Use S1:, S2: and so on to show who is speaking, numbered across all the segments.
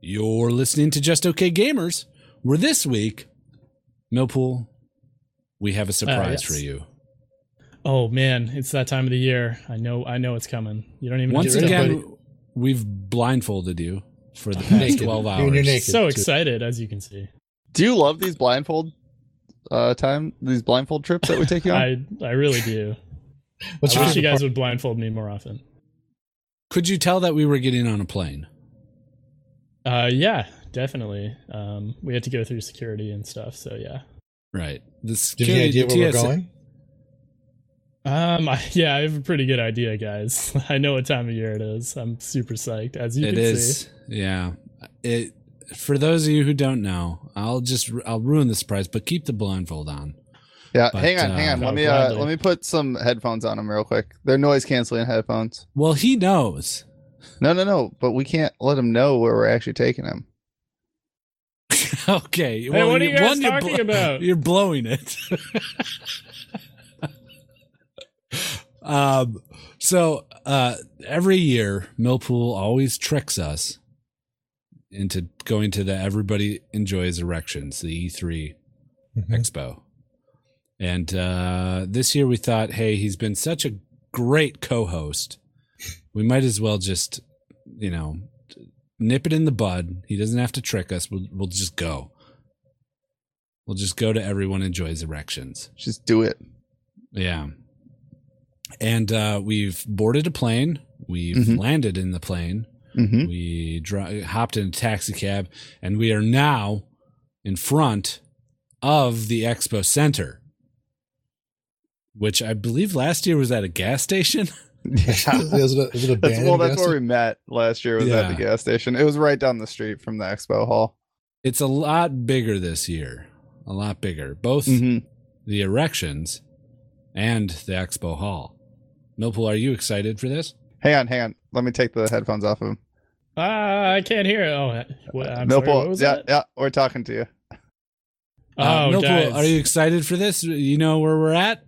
S1: You're listening to Just Okay Gamers, where this week, Millpool, we have a surprise
S2: Ah, yes.
S1: for you.
S2: Oh man, it's that time of the year. I know, I know it's coming. You don't even
S1: Once
S2: get rid of
S1: again, we've blindfolded you for the past
S3: Naked.
S1: 12
S3: You're- you're
S1: hours.
S3: naked.
S2: it. So
S3: too.
S2: excited, as you can see.
S4: Do you love these blindfold uh time these blindfold trips that we take you on?
S2: I I really do.
S3: What's
S2: I
S3: your
S2: wish you
S3: favorite
S2: guys would blindfold me more often.
S1: Could you tell that we were getting on a plane?
S2: Uh, yeah, definitely. Um, we had to go through security and stuff. So yeah.
S1: Right. The
S3: Do you have
S1: security,
S3: any idea where we're
S1: TSA
S3: going?
S2: Um, I, yeah, I have a pretty good idea, guys. I know what time of year it is. I'm super psyched, as you
S1: It
S2: can
S1: is.
S2: see.
S1: Yeah. It. For those of you who don't know, I'll just I'll ruin the surprise, but keep the blindfold on.
S4: yeah,
S1: but,
S4: hang on, hang
S1: uh,
S4: on.
S2: Oh,
S4: Let me uh,
S2: gladly.
S4: let me put some headphones on them real quick. They're noise canceling headphones.
S1: Well, he knows.
S4: No, no, no. But we can't let them know where we're actually taking them.
S1: okay.
S2: Hey, what are
S1: you-
S2: you guys
S1: one, you're
S2: talking
S1: blo-
S2: about?
S1: You're blowing it. um, so uh, every year, Millpool always tricks us into going to the Everybody Enjoys Erections, the E E3
S3: Mhm.
S1: Expo. And uh, this year we thought, hey, he's been such a great co host. We might as well just, you know, nip it in the bud. He doesn't have to trick us. We'll, we'll just go. We'll just go to Everyone Enjoys Erections.
S4: Just do it.
S1: Yeah. And uh, we've boarded a plane, we've
S4: Mhm.
S1: landed in the plane.
S4: hmm
S1: We dro- hopped in a taxi cab, and we are now in front of the expo center, which I believe last year was at a gas station.
S4: Yeah.
S3: is it a, is it a
S4: That's,
S3: band?
S4: well, that's
S3: guess?
S4: where we met last year. Was at the
S1: Yeah.
S4: gas station. It was right down the street from the expo hall.
S1: It's a lot bigger this year, a lot bigger. Both
S4: hmm
S1: the erections and the expo hall. Millpool, are you excited for this?
S4: Hang on, hang on. Let me take the headphones off of him.
S2: Ah, I can't hear it. Oh, what, I'm
S4: Millpool,
S2: sorry, what was
S4: yeah,
S2: that?
S4: yeah. We're talking to you.
S2: Oh,
S1: Uh, Millpool,
S2: guys.
S1: are you excited for this? You know where we're at?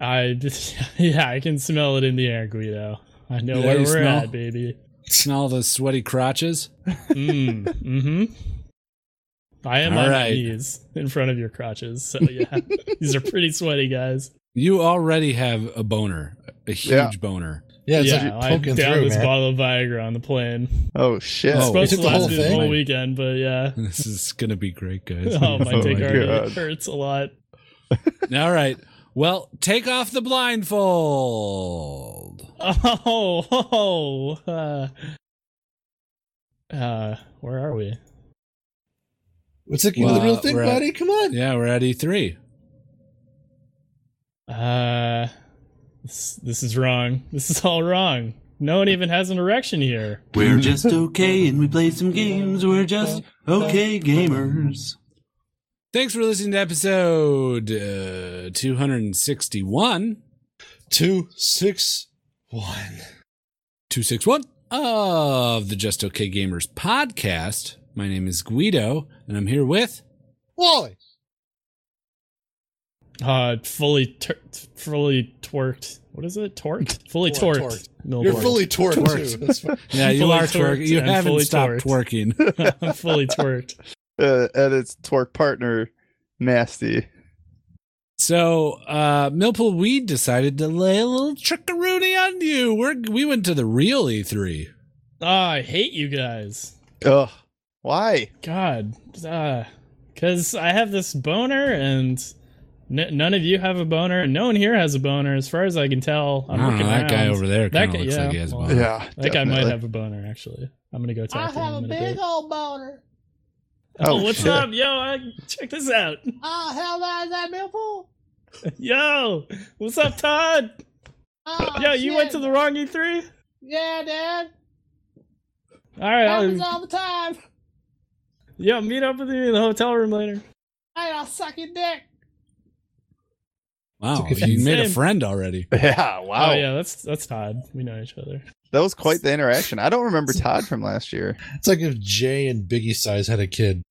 S2: I just, yeah, I can smell it in the air, Guido. I know
S1: Yeah,
S2: where
S1: you
S2: we're
S1: smell?
S2: at, baby.
S1: Smell those sweaty crotches?
S2: Mm, mm-hmm. I am
S1: All
S2: on my
S1: right.
S2: knees in front of your crotches. So yeah, these are pretty sweaty, guys.
S1: You already have a boner, a huge
S4: Yeah.
S1: boner.
S3: Yeah, it's
S2: yeah,
S3: like
S2: I
S3: you're poking
S2: downed
S3: through,
S2: this
S3: man.
S2: bottle of Viagra on the plane.
S4: Oh shit.
S2: It's
S1: Oh,
S2: supposed
S3: you
S2: to
S3: took the
S2: last
S3: whole
S2: me the
S3: thing?
S2: whole weekend, but yeah.
S1: This is gonna be great, guys.
S2: Oh, my
S4: Oh
S2: dick
S4: my
S2: already
S4: God.
S2: hurts a lot.
S1: All right. Well, take off the blindfold.
S2: Oh, oh, uh, uh, where are we?
S3: What's the, you know, the
S1: Well,
S3: real thing,
S1: we're at-
S3: buddy? Come on.
S1: Yeah, we're at E E3.
S2: Uh, this, this is wrong. This is all wrong. No one even has an erection here.
S5: We're just okay and we play some games. We're just okay gamers.
S1: Thanks for listening to episode uh, 261,
S3: Two, six, one.
S1: 261 of the Just Okay Gamers podcast. My name is Guido, and I'm here with.
S3: Wally.
S2: Uh, fully, tur- fully twerked. What is it? Torqued? Fully
S3: Tor-
S2: torqued.
S3: torqued.
S2: No
S3: You're
S2: word.
S3: fully torqued,
S1: Twerked.
S3: too. That's fine.
S1: Yeah, you
S2: Fully
S1: are
S2: twerked
S1: twerking. You
S2: and
S1: haven't
S2: fully
S1: stopped twerking.
S2: I'm fully twerked.
S4: uh, and its twerk partner, Nasty.
S1: So, uh, Millpool, we decided to lay a little trickeroony on you. We're, we went to the real E E3.
S2: Ah, I hate you guys.
S4: Ugh. Why?
S2: God, because I have this boner, and n- none of you have a boner, and no one here has a boner, as far as I can tell. I'm
S1: I don't
S2: looking
S1: know, that guy
S2: around.
S1: over there
S2: That
S1: kind of
S2: guy-
S1: looks
S2: yeah,
S1: like he has
S2: well,
S1: balls.
S4: Yeah.
S2: That guy might
S4: definitely.
S2: have a boner, actually. I'm gonna go talk to him in a bit.
S6: old boner.
S2: Oh,
S4: Oh,
S2: what's
S4: shit.
S2: up, yo? I, check this out,
S6: Oh, hell no, is that Millpool?
S2: yo. What's up, Todd?
S6: Oh,
S2: yo, you went to the wrong E E3.
S6: Yeah, Dad.
S2: All right,
S6: Happens
S2: I'll,
S6: all the time.
S2: yo, meet up with me in the hotel room later.
S6: Hey, I'll suck your dick.
S1: Wow,
S3: It's
S1: you made a
S2: insane.
S1: friend already.
S4: Yeah. Wow.
S2: Oh yeah, that's that's Todd. We know each other.
S4: That was quite the interaction. I don't remember Todd from last year.
S3: It's like if Jay and Biggie Size had a kid.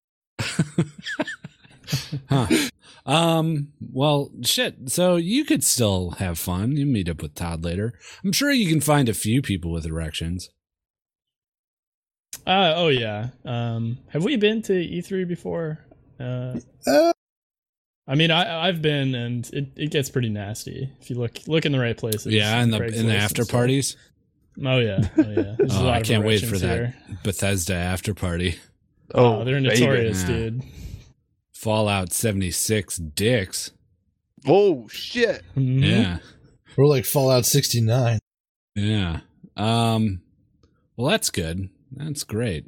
S1: Huh. Um, well, shit. So you could still have fun. You meet up with Todd later. I'm sure you can find a few people with erections.
S2: Uh, oh yeah. Um, have we been to E3 before? Uh,
S3: Uh,
S2: I mean, I I've been, and it, it gets pretty nasty if you look look in the right places.
S1: yeah, in the in
S2: Craigslist
S1: the
S2: and
S1: after
S2: stuff.
S1: parties,
S2: Oh yeah, oh yeah. There's a
S1: Oh,
S2: lot
S1: I
S2: of
S1: can't wait for
S2: erections
S1: that.
S2: here.
S1: Bethesda after party,
S2: Oh, they're
S4: baby.
S2: notorious,
S1: Yeah.
S2: dude.
S1: Fallout seventy six dicks.
S4: Oh shit!
S2: Mhm.
S1: Yeah,
S3: we're like Fallout 69.
S1: yeah. Um, well, that's good. That's great.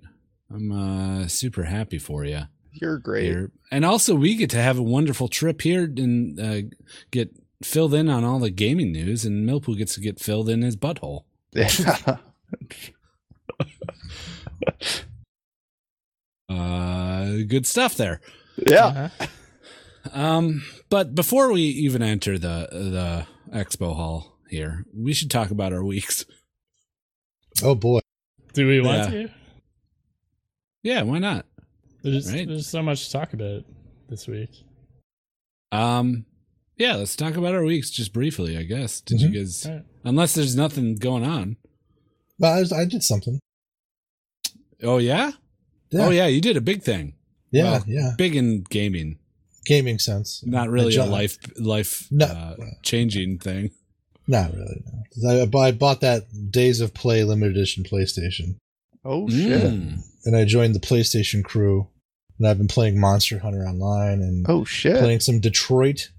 S1: I'm uh super happy for you.
S4: You're great.
S1: here. And also, we get to have a wonderful trip here and uh, get filled in on all the gaming news, and Millpool gets to get filled in his butthole.
S4: Yeah.
S1: Uh, good stuff there.
S4: yeah.
S2: Uh-huh.
S1: Um, but before we even enter the the expo hall here, we should talk about our weeks.
S3: Oh boy.
S2: Do we want
S1: Yeah.
S2: to?
S1: Yeah, why not?
S2: There's
S1: Right.
S2: there's so much to talk about this week.
S1: Um, yeah, let's talk about our weeks just briefly, I guess. Did you guys?
S2: All right.
S1: Unless there's nothing going on.
S3: Well, I, was, I did something.
S1: Oh yeah?
S3: Yeah.
S1: Oh yeah, you did a big thing,
S3: Yeah,
S1: Well-
S3: yeah.
S1: big in gaming.
S3: Gaming sense.
S1: not really a
S3: job.
S1: life life
S3: No.
S1: uh, changing thing.
S3: Not really. No. 'Cause I, but I bought that Days of Play limited edition PlayStation,
S4: Oh shit.
S1: Mm.
S3: and I joined the PlayStation crew, and I've been playing Monster Hunter online and
S4: Oh shit.
S3: playing some Detroit,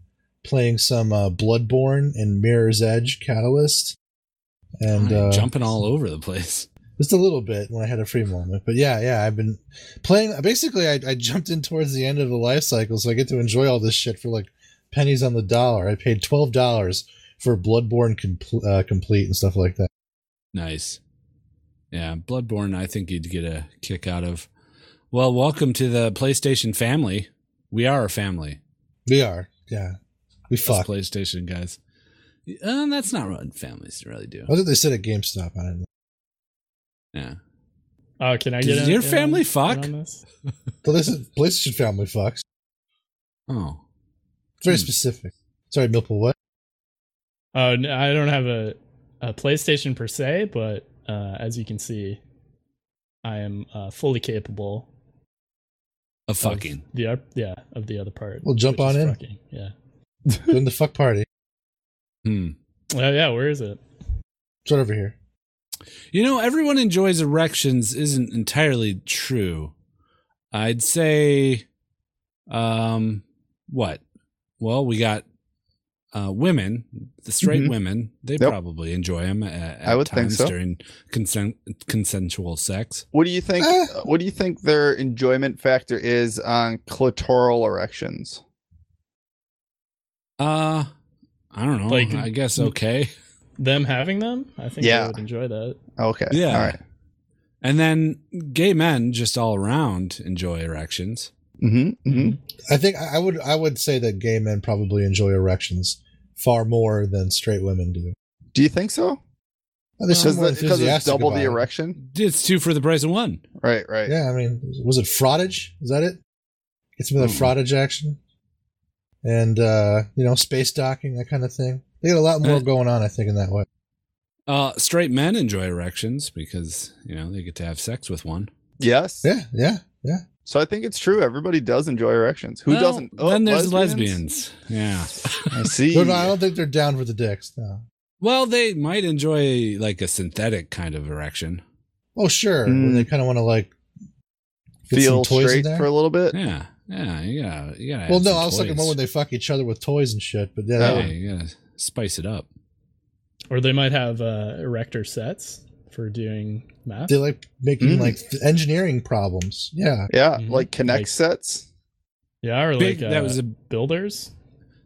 S3: playing some uh, Bloodborne and Mirror's Edge Catalyst, and
S1: I'm
S3: uh,
S1: jumping all over the place.
S3: just a little bit when I had a free moment. But yeah, yeah, I've been playing. Basically, I, I jumped in towards the end of the life cycle, so I get to enjoy all this shit for like pennies on the dollar. I paid twelve dollars for Bloodborne compl- uh, complete and stuff like that.
S1: Nice. Yeah, Bloodborne. I think you'd get a kick out of. Well, welcome to the PlayStation family. We are a family.
S3: We are, yeah, we
S1: us
S3: fuck.
S1: PlayStation guys. Uh, that's not what families really do.
S3: What did they said at GameStop? I don't know.
S1: Yeah.
S2: Oh, can I
S1: Does
S2: get in-
S1: your
S2: in
S1: family
S2: on-
S1: fuck?
S2: in on this?
S3: But this is PlayStation family fucks.
S1: Oh.
S3: It's very
S1: Hmm.
S3: specific. Sorry, Millpool. What?
S2: Oh, no, I don't have a, a PlayStation per se, but uh, as you can see, I am uh, fully capable.
S1: A
S2: of
S1: fucking.
S2: the oth- yeah of the other part.
S3: Well, jump
S2: which
S3: on
S2: is
S3: in.
S2: fucking, Yeah.
S3: Doing the fuck party.
S1: Hmm.
S2: Oh yeah, where is it?
S3: It's right over here.
S1: You know, everyone enjoys erections isn't entirely true. I'd say, um, what? Well, we got uh, women, the straight
S4: Mhm.
S1: women. They
S4: Yep.
S1: probably enjoy them at, at
S4: I would think
S1: times
S4: so.
S1: during consent, consensual sex.
S4: What do you think? uh,
S3: Ah.
S4: What do you think their enjoyment factor is on clitoral erections?
S1: Uh, I don't know.
S2: Like-
S1: I guess okay.
S2: Them having them? I think I
S4: Yeah.
S2: would enjoy that.
S4: Okay.
S1: Yeah.
S4: All right.
S1: And then gay men just all around enjoy erections.
S4: Mm-hmm. Mm-hmm.
S3: I think I I would I would say that gay men probably enjoy erections far more than straight women do.
S4: Do you think so?
S3: Well, They seem
S4: Because
S3: more
S4: the- because it's
S3: enthusiastic
S4: double
S3: about
S4: the
S3: it.
S4: erection.
S1: It's two for the price of one.
S4: Right. Right.
S3: Yeah, I mean, was it frottage? Is that it? Get some of the
S4: Hmm.
S1: Mm.
S3: frottage action, and uh, you know, space docking that kind of thing. They got a lot more
S1: Uh,
S3: going on, I think, in that way.
S1: Uh, straight men enjoy erections because you know they get to have sex with one.
S4: Yes.
S3: Yeah, yeah, yeah.
S4: So I think it's true. Everybody does enjoy erections. Who
S1: Well,
S4: doesn't? Oh,
S1: then there's lesbians. Yeah.
S4: I see.
S3: But I don't think they're down for the dicks. No.
S1: Well, they might enjoy like a synthetic kind of erection.
S3: Oh, sure. When
S4: Mm.
S3: they kind of want to like get
S4: Feel
S3: some toys in
S4: straight
S3: there.
S4: for a little bit.
S1: Yeah. Yeah. You gotta, you gotta
S3: well,
S1: add
S3: no,
S1: some
S3: I was talking
S1: toys.
S3: about when they fuck each other with uh, toys and shit. But yeah, that
S1: Yeah,
S3: would-
S1: you gotta spice it up.
S2: Or they might have uh, erector sets for doing math.
S3: they like making
S4: Mm.
S3: like th- engineering problems. Yeah,
S4: Yeah.
S2: Mhm.
S4: Like connect
S2: Like-
S4: sets.
S2: yeah, or
S1: Big,
S2: like uh,
S1: that was a that
S2: builders.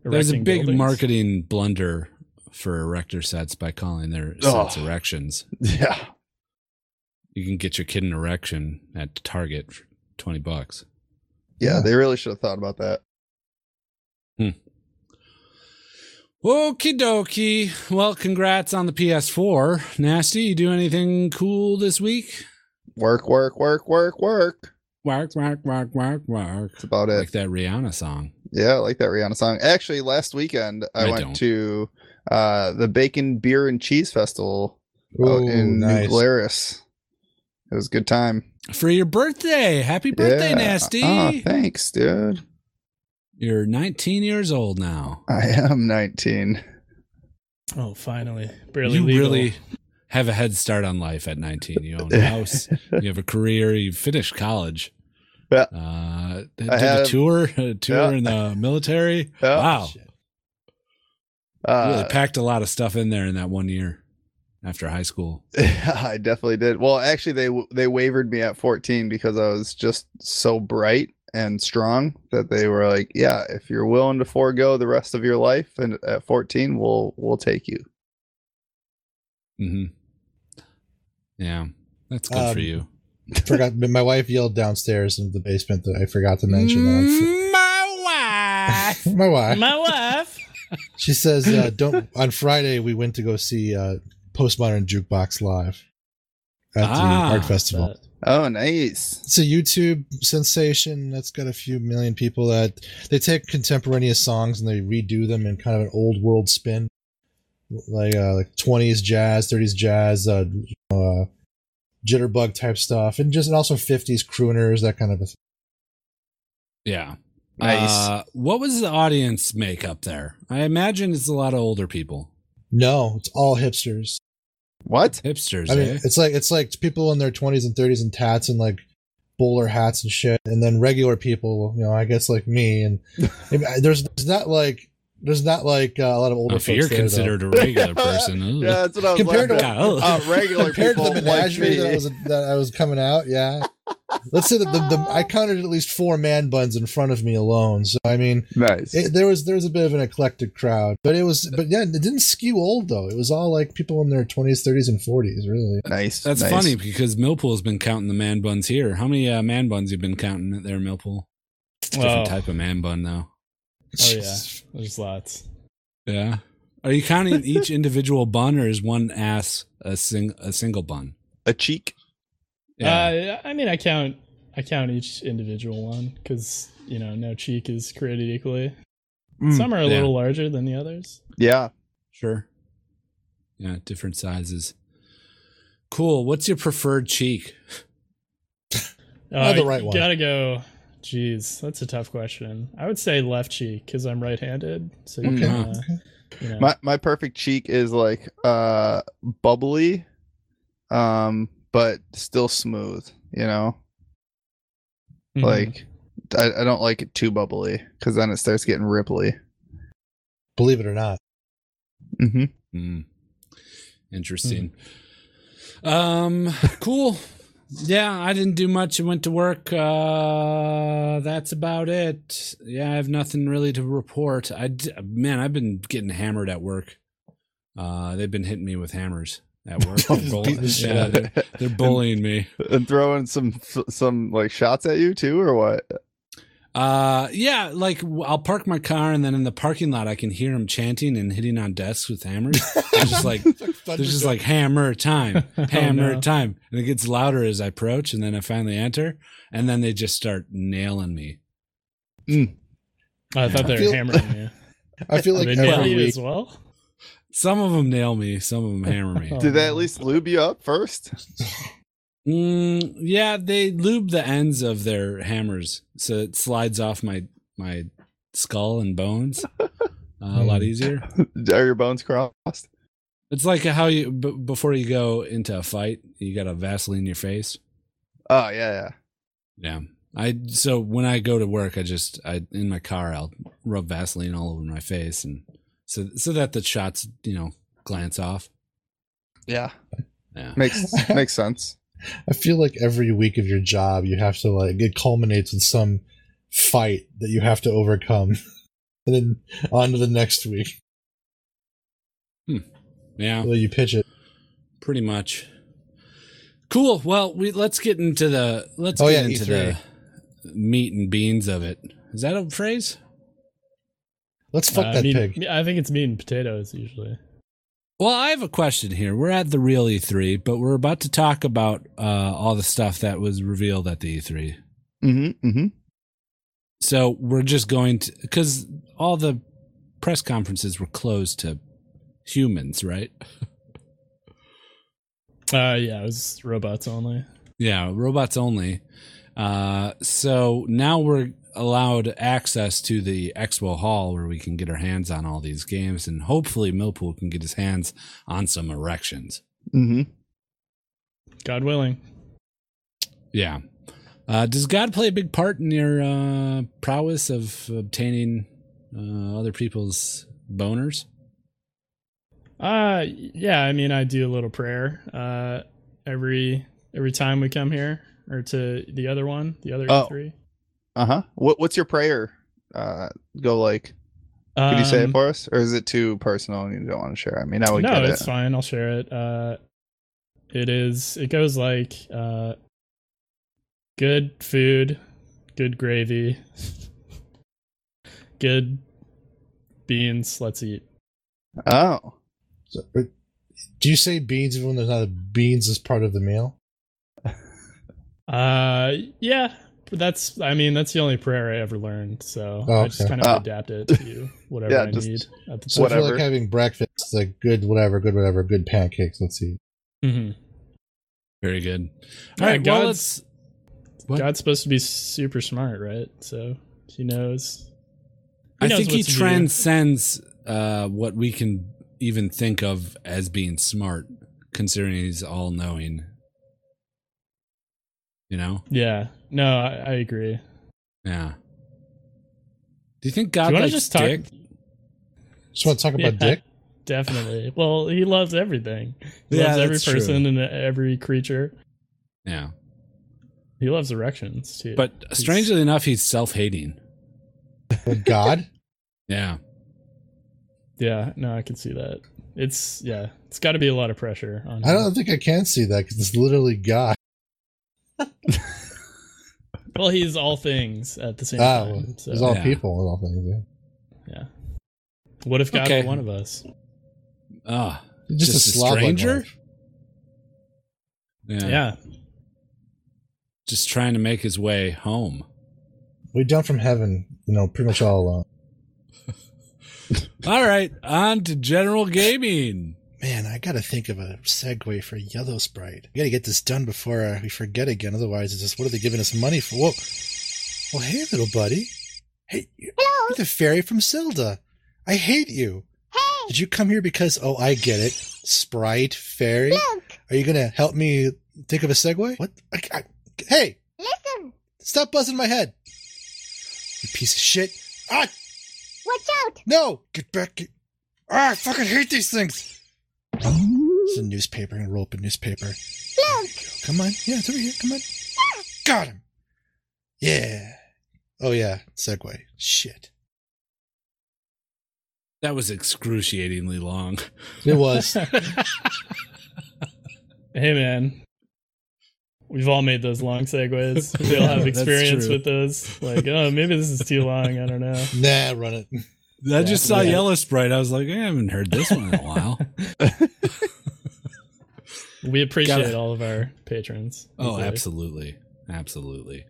S1: was a
S2: Erecting
S1: big
S2: buildings.
S1: marketing blunder for erector sets by calling their
S4: Ugh.
S1: sets erections.
S4: Yeah.
S1: You can get your kid an erection at Target for twenty bucks.
S4: Yeah.
S3: Yeah.
S4: They really should have thought about that.
S1: Okie dokie. Well, congrats on the PS4. Nasty, you do anything cool this week?
S4: Work. Work. Work. Work. Work.
S1: Work, work, work, work, work.
S4: That's about it.
S1: Like that Rihanna song.
S4: Yeah, I like that Rihanna song. Actually, last weekend I,
S1: I
S4: went
S1: don't.
S4: to uh the Bacon, Beer, and Cheese Festival out
S3: Ooh,
S4: in New
S3: nice.
S4: Glarus. It was a good time.
S1: for your birthday. Happy birthday,
S4: Yeah.
S1: Nasty.
S4: Oh, thanks, dude.
S1: You're 19 years old now.
S4: I am 19.
S2: Oh, finally, barely
S1: you
S2: legal.
S1: really have a head start on life at 19. You own a house, you have a career, you finished college.
S4: Yeah.
S1: Uh, did
S4: I
S1: a
S4: have-
S1: tour, a tour
S4: Yeah.
S1: in the military.
S4: Yeah.
S1: Wow.
S4: Uh,
S1: really packed a lot of stuff in there in that one year after high school.
S4: I definitely did. Well, actually, they w- they wavered me at 14 because I was just so bright and strong that they were like, "Yeah, if you're willing to forego the rest of your life, and at 14, we'll we'll take you."
S1: hmm Yeah. That's good
S3: Um,
S1: for you.
S3: forgot my wife yelled downstairs in the basement that I forgot to mention. and
S1: Mm.
S3: I'm
S1: My
S3: fr- my wife.
S2: My wife.
S3: She says, uh, "Don't." On Friday, we went to go see uh, Postmodern Jukebox live at
S1: Ah,
S3: the art festival.
S2: But-
S4: Oh, nice.
S3: It's a YouTube sensation that's got a few million people. That they take contemporaneous songs and they redo them in kind of an old world spin, like uh, like twenties jazz, thirties jazz, uh, uh, jitterbug type stuff, and just and also fifties crooners, that kind of a thing.
S1: Yeah.
S4: Nice.
S1: Uh, what was the audience makeup there? I imagine it's a lot of older people,
S3: No, it's all hipsters.
S4: What?
S1: hipsters.
S3: I mean,
S1: eh?
S3: it's like it's like people in their twenties and thirties and tats and like bowler hats and shit, and then regular people. You know, I guess like me and I mean, I- there's there's not like there's not like uh, a lot of older.
S1: if
S3: folks
S1: you're
S3: there, though.
S1: considered a regular person, ugh.
S4: Yeah, that's what I was
S3: Compared to
S4: laughing
S1: Yeah, ugh.
S4: at. Uh, regular
S3: compared to
S4: people
S3: the menagerie that I
S4: like
S3: was
S4: me.
S3: that I was coming out. Yeah, let's say that the, the I counted at least four man buns in front of me alone. So I mean,
S4: Nice.
S3: it, there was there was a bit of an eclectic crowd, but it was but yeah, it didn't skew old though. It was all like people in their twenties, thirties, and forties. Really,
S4: nice.
S1: that's
S4: nice.
S1: funny because Millpool's been counting the man buns here. How many uh, man buns you been counting there, Millpool? It's a different
S2: Oh.
S1: type of man bun though.
S2: Oh yeah, there's lots.
S1: Yeah. Are you counting each individual bun or is one ass a sing a single bun?
S4: A cheek.
S1: Yeah.
S2: Uh, I mean, I count I count each individual one because you know no cheek is created equally.
S3: Hmm,
S4: Mm,
S2: Some are a
S1: yeah.
S2: little larger than the others.
S4: Yeah.
S1: sure. Yeah, different sizes. Cool. What's your preferred cheek?
S3: Oh, the right
S2: you
S3: one.
S2: Uh, Gotta go. Jeez, that's a tough question. I would say left cheek because I'm right-handed. So you
S3: Hmm.
S4: Okay.
S2: can, uh, you know.
S4: My my perfect cheek is like uh bubbly, um, but still smooth. You know,
S2: Mhm.
S4: like I, I don't like it too bubbly because then it starts getting ripply.
S3: believe it or not.
S4: Mm-hmm.
S1: Hmm. Interesting.
S3: Mm-hmm.
S1: Um, cool. Yeah, I didn't do much. I went to work. Uh, that's about it. Yeah, I have nothing really to report. I d- man, I've been getting hammered at work. Uh, they've been hitting me with hammers at work. They're bull-
S3: beating the shit
S1: yeah,
S3: out
S1: they're, they're bullying me.
S4: and throwing some some like shots at you too, or what?
S1: Uh, yeah, like w- I'll park my car and then in the parking lot I can hear them chanting and hitting on desks with hammers. It's just like There's just like hammer time,
S2: Oh,
S1: hammer
S2: no.
S1: time, and it gets louder as I approach, and then I finally enter, and then they just start nailing me.
S2: I thought they were
S3: I feel-
S2: hammering you.
S3: I feel like
S2: they nail
S3: every
S2: you
S3: week.
S2: as well.
S1: Some of them nail me, some of them hammer me.
S2: Oh.
S4: Did they at least lube you up first?
S1: Mm, yeah, they lube the ends of their hammers so it slides off my my skull and bones uh, a lot
S3: Hmm.
S1: easier.
S4: Are your bones crossed?
S1: It's like how you b- before you go into a fight, you got to Vaseline your face.
S4: Oh yeah,
S1: Yeah. I so when I go to work, I just I in my car I'll rub Vaseline all over my face and so so that the shots you know glance off.
S4: yeah,
S1: Yeah.
S4: yeah. Makes makes sense.
S3: I feel like every week of your job, you have to like it culminates with some fight that you have to overcome, and then on to the next week.
S1: Yeah.
S3: Well, you pitch it.
S1: Pretty much. Cool. Well, we let's get into the let's
S3: Oh,
S1: get
S3: yeah,
S1: into the meat and beans of it. Is that a phrase?
S3: Let's fuck
S2: Uh,
S3: that
S2: meat-
S3: pig.
S2: me- I think it's meat and potatoes usually.
S1: Well, I have a question here. We're at the real E3, but we're about to talk about uh, all the stuff that was revealed at the E E3.
S4: Mm-hmm. Mm-hmm.
S1: So we're just going to because all the press conferences were closed to humans, right?
S2: Uh, yeah, it was robots only.
S1: Yeah, robots only. Uh, so now we're allowed access to the expo hall where we can get our hands on all these games, and hopefully Millpool can get his hands on some erections.
S4: Mm-hmm.
S2: God willing.
S1: Yeah. Uh, does God play a big part in your uh, prowess of obtaining uh, other people's boners?
S2: Uh yeah, I mean I do a little prayer uh every every time we come here or to the other one, the other
S4: Oh.
S2: three.
S4: Uh huh. What What's your prayer? Uh, go like. Could you say it
S2: Um,
S4: for us, Oh, or is it too personal and you don't want to share? I mean, I would
S2: no,
S4: get
S2: it's
S4: it.
S2: fine. I'll share it. Uh, it is. It goes like uh, good food, good gravy, good beans. Let's eat.
S4: Oh,
S3: So, but do you say beans even when there's not a beans as part of the meal?
S2: Uh, yeah. But that's. I mean, that's the only prayer I ever learned. So
S3: Oh,
S2: I just
S3: okay.
S2: kind of
S4: Ah.
S2: adapt it to whatever
S4: Yeah,
S2: I
S4: just
S2: need at the
S3: So
S2: time.
S3: I feel like
S4: Whatever.
S3: having breakfast, it's like good whatever, good whatever, good pancakes. Let's see.
S2: Mhm.
S1: Very good.
S2: Yeah,
S1: All right, well,
S2: God's-
S1: let's. What?
S2: God's supposed to be super smart, right? So he knows.
S1: I
S2: knows
S1: think
S2: what
S1: he
S2: to do.
S1: transcends uh, what we can even think of as being smart, considering he's all knowing. You know?
S2: Yeah. No, I, I agree.
S1: Yeah. Do you think God
S2: Do you
S1: likes
S2: want to just talk?
S1: dick?
S3: Just want to talk
S2: Yeah,
S3: about dick.
S2: Definitely. Well, he loves everything. He
S1: Yeah,
S2: loves every
S1: that's
S2: person and every creature.
S1: Yeah.
S2: He loves erections too.
S1: But strangely enough, he's self-hating.
S3: With God?
S1: Yeah.
S2: yeah, no, I can see that. It's yeah, it's got to be a lot of pressure on.
S3: I
S2: him.
S3: don't think I can see that because it's literally God.
S2: Well, he's all things at the same
S3: Ah, well,
S2: time. So,
S3: There's all
S1: Yeah.
S3: people and all things. Yeah.
S2: yeah. What if God
S1: Okay.
S2: were one of us?
S1: Ah.
S3: Just, a, slob like
S1: stranger.
S3: mine.
S1: Yeah.
S2: Yeah.
S1: Just trying to make his way home.
S3: We down from heaven, you know, pretty much all along.
S1: All right, on to general gaming.
S3: Man, I gotta think of a segue for Yellow Sprite. We gotta get this done before uh, we forget again. Otherwise, it's just what are they giving us money for? Whoa. Well, hey, little buddy. Hey, you're
S6: Hello.
S3: the fairy from Zelda. I hate you.
S6: Hey,
S3: Did you come here because? Oh, I get it. Sprite fairy.
S6: look.
S3: Are you gonna help me think of a segue? What? I, I, hey,
S6: Listen.
S3: stop buzzing my head. You piece of shit. Ah,
S6: Watch out.
S3: no, get back. Get, ah, I fucking hate these things. It's a newspaper. and roll up a newspaper.
S6: Look.
S3: Come on. Yeah, it's over here. Come on. Got him. Yeah. Oh, yeah. Segway. Shit.
S1: That was excruciatingly long.
S3: It was.
S2: Hey, man. We've all made those long segues. We all have
S1: That's
S2: experience
S1: true.
S2: with those. Like, oh, maybe this is too long. I don't know.
S3: nah, run it.
S1: I just saw
S2: Yeah.
S1: Yellow Sprite. I was like, I haven't heard this one in a while.
S2: We appreciate
S1: Gotta-
S2: all of our patrons.
S1: Oh,
S2: Really.
S1: absolutely. Absolutely.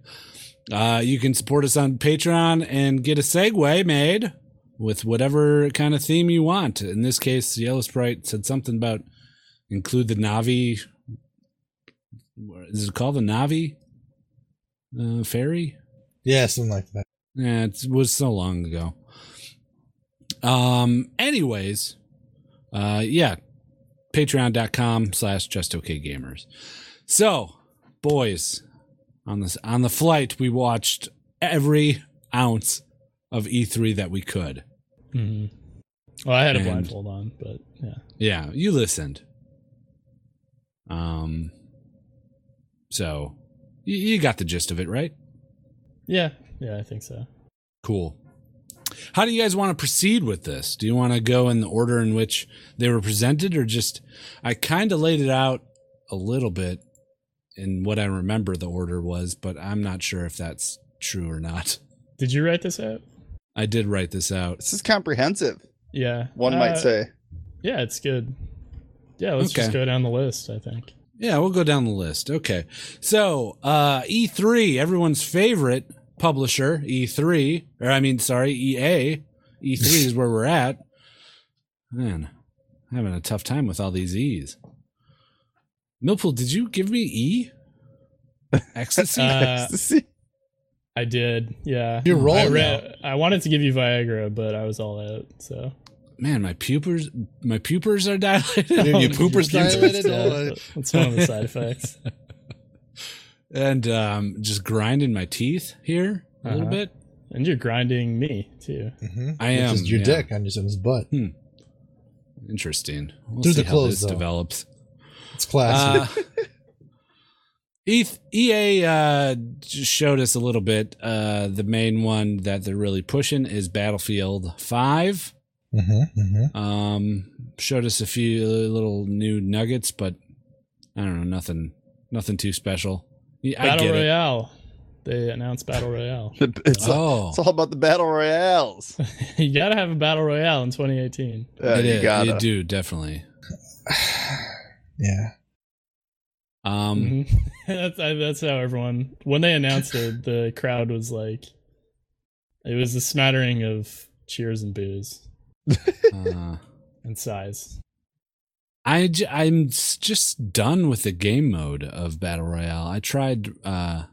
S1: Uh, you can support us on Patreon and get a segue made with whatever kind of theme you want. In this case, Yellow Sprite said something about include the Navi. Is it called the Navi uh, fairy?
S3: Yeah, something like that.
S1: Yeah, it was so long ago. Um. Anyways, uh, yeah, patreon.com slash just okay gamers. So, boys, on this on the flight, we watched every ounce of E3 that we could.
S2: Mhm. Well, I had a
S1: And-
S2: blindfold on, but yeah.
S1: Yeah, you listened. Um. So, you, you got the gist of it, right?
S2: Yeah. Yeah, I think so.
S1: Cool. How do you guys want to proceed with this? Do you want to go in the order in which they were presented, or just I kind of laid it out a little bit in what I remember the order was, but I'm not sure if that's true or not.
S2: Did you write this out?
S1: I did write this out.
S4: this is comprehensive.
S2: Yeah.
S4: One
S2: Uh,
S4: might say.
S2: Yeah, it's good. Yeah, let's just
S1: Okay.
S2: go down the list, I think.
S1: Yeah, we'll go down the list. Okay. So, uh, E3, everyone's favorite publisher, E3, or I mean, sorry, E EA. E3 is where we're at. Man, I'm having a tough time with all these E's. Millpool, did you give me E? Ecstasy.
S2: Uh,
S4: Ecstasy.
S2: I did. Yeah.
S3: You're
S2: I,
S3: rolling now.
S2: re- I wanted to give you Viagra, but I was all out. So
S1: Man, my pupers, my pupers are dilated.
S3: Dude, you poopers dilated?
S2: Yeah, that's one of the side effects.
S1: and um, just grinding my teeth here a little
S2: Uh-huh.
S1: bit.
S2: And you're grinding me too.
S3: Mhm.
S1: I
S3: It's
S1: am
S3: just your
S1: yeah.
S3: dick on his, on his butt.
S1: Interesting. We'll
S3: Through
S1: see
S3: the
S1: how this
S3: clothes, though.
S1: develops.
S3: It's classic.
S1: Uh, ETH EA uh, j- showed us a little bit. Uh, the main one that they're really pushing is Battlefield Five.
S3: hmm hmm
S1: Um, showed us a few little new nuggets, but I don't know, nothing, nothing too special. Yeah, I
S2: Battle
S1: get it.
S2: Royale. They announced Battle Royale.
S4: The- It's,
S2: uh,
S4: all,
S1: Oh,
S4: it's all about the battle royales.
S2: you gotta have a Battle Royale in 2018.
S4: Uh,
S1: it
S4: you
S1: is.
S4: gotta.
S1: You do definitely.
S3: mm-hmm. yeah.
S1: Um,
S2: Mhm. that's I, that's how everyone when they announced it, the crowd was like, it was a smattering of cheers and boos Mm-hmm.
S1: uh,
S2: and sighs.
S1: I j- I'm s- just done with the game mode of battle royale. I tried uh,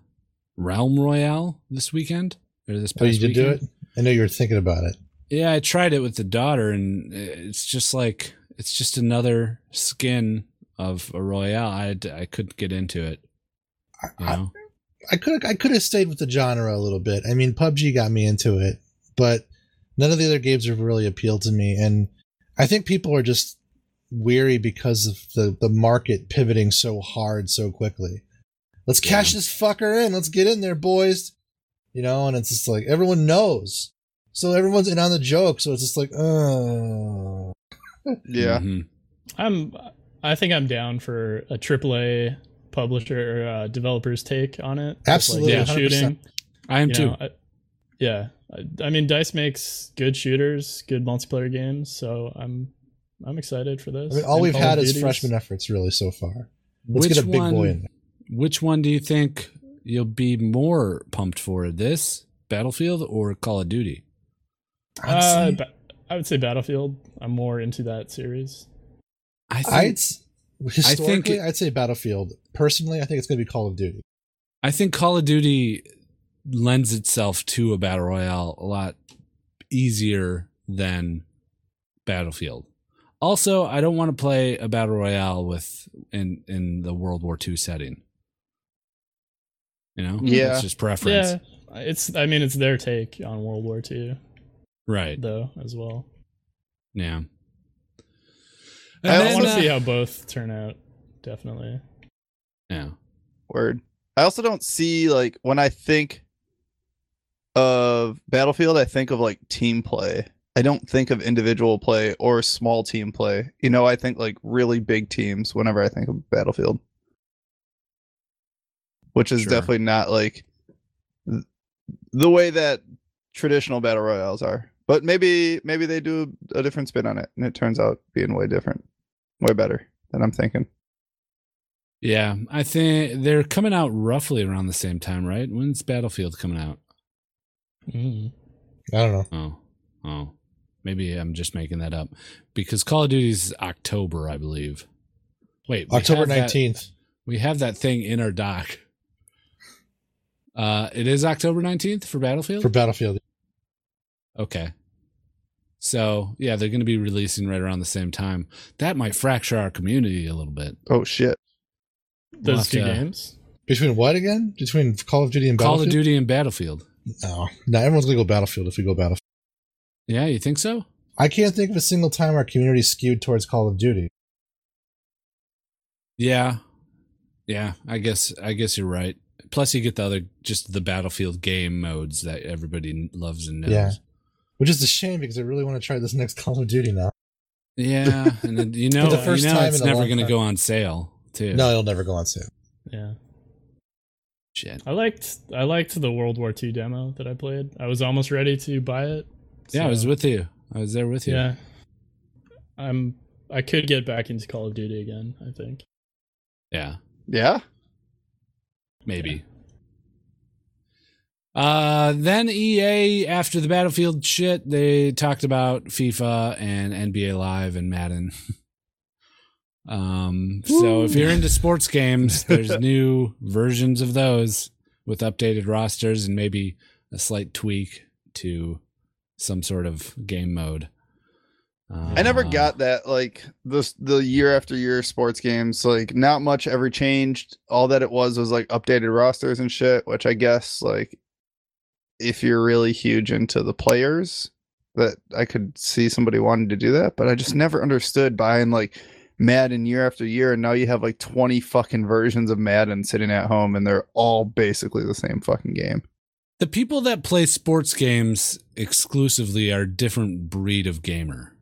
S1: Realm Royale this weekend or this past
S3: Oh, you did do
S1: weekend.
S3: it? I know you were thinking about it.
S1: Yeah, I tried it with the daughter, and it's just like it's just another skin of a royale. I d- I couldn't get into it. You
S3: I-
S1: know?
S3: I could I could have stayed with the genre a little bit. I mean, PUBG got me into it, but none of the other games have really appealed to me. And I think people are just weary because of the the market pivoting so hard so quickly. Let's cash this fucker in. Let's get in there, boys. You know, and it's just like everyone knows, so everyone's in on the joke. So it's just like, oh,
S4: Yeah.
S1: Mhm.
S2: I'm I think I'm down for a AAA publisher or uh, developer's take on it. Just like
S3: Absolutely,
S2: the
S3: 100%.
S2: shooting.
S1: I am
S2: you
S1: too.
S2: know, I- yeah, I, I mean, Dice makes good shooters, good multiplayer games, so I'm I'm excited for this.
S3: I mean, all
S2: And
S3: we've
S2: Call
S3: had
S2: of
S3: is
S2: Duty's-
S3: freshman efforts really so far. Let's
S1: which
S3: get a big
S1: one,
S3: boy in there.
S1: Which one do you think you'll be more pumped for? This Battlefield or Call of Duty?
S2: Uh,
S3: Honestly,
S2: ba- I would say Battlefield. I'm more into that series.
S1: I think,
S3: I'd s- historically, I
S1: it-
S3: would say Battlefield. Personally, I think it's going to be Call of Duty.
S1: I think Call of Duty lends itself to a battle royale a lot easier than Battlefield. Also, I don't want to play a battle royale with in in the World War II setting. You know,
S4: Yeah.
S1: it's just preference,
S2: Yeah, it's. I mean, it's their take on World War II,
S1: right?
S2: though, as well.
S1: Yeah.
S4: I
S2: I
S1: And
S2: want
S1: then,
S2: to see
S1: uh,
S2: how both turn out. Definitely.
S1: yeah.
S4: Word. I also don't see like when I think of Battlefield, I think of like team play. I don't think of individual play or small team play. You know, I think like really big teams whenever I think of Battlefield. Which is
S1: Sure.
S4: definitely not like th- the way that traditional battle royales are. But maybe maybe they do a different spin on it and it turns out being way different. Way better than I'm thinking.
S1: Yeah, I think they're coming out roughly around the same time, right? When's Battlefield coming out?
S2: Mm.
S3: I don't know.
S1: Oh, oh, maybe I'm just making that up because Call of Duty's October, I believe. Wait, we
S3: October
S1: have that-
S3: nineteenth.
S1: we have that thing in our doc. Uh, it is October nineteenth for Battlefield.
S3: for Battlefield.
S1: okay, so yeah, they're going to be releasing right around the same time. That might fracture our community a little bit.
S4: Oh shit.
S1: We'll
S2: Those
S1: have
S2: two
S1: to-
S2: games.
S3: Between what again? Between Call of Duty and
S1: Call of
S3: Battlefield?
S1: Duty and Battlefield.
S3: No, no, everyone's gonna go Battlefield if we go Battlefield.
S1: Yeah, you think so?
S3: I can't think of a single time our community skewed towards Call of Duty.
S1: Yeah. Yeah, I guess I guess you're right. Plus you get the other just the battlefield game modes that everybody loves and knows.
S3: Yeah. Which is a shame because I really want to try this next Call of Duty now.
S1: Yeah, and then you know
S2: the
S3: first
S1: you know
S3: time
S1: it's
S3: in a
S1: never
S3: long
S1: going to
S3: time.
S1: go on sale too.
S3: No, it'll never go on sale.
S2: Yeah.
S1: shit.
S2: I liked I liked the World War II demo that I played. I was almost ready to buy it.
S1: Yeah, I was
S2: so-
S1: with you. I was there with you.
S2: Yeah. I'm I could get back into Call of Duty again, I think.
S1: Yeah,
S4: Yeah?
S1: maybe. Uh then EA after the Battlefield shit, they talked about FIFA and NBA Live and Madden. Um, so if you're into sports games, there's new versions of those with updated rosters and maybe a slight tweak to some sort of game mode. Uh,
S4: I never got that like the the year after year sports games like not much ever changed. All that it was was like updated rosters and shit, which I guess like if you're really huge into the players that I could see somebody wanting to do that, but I just never understood buying like Madden year after year and now you have like 20 fucking versions of Madden sitting at home and they're all basically the same fucking game.
S1: the people that play sports games exclusively are a different breed of gamer.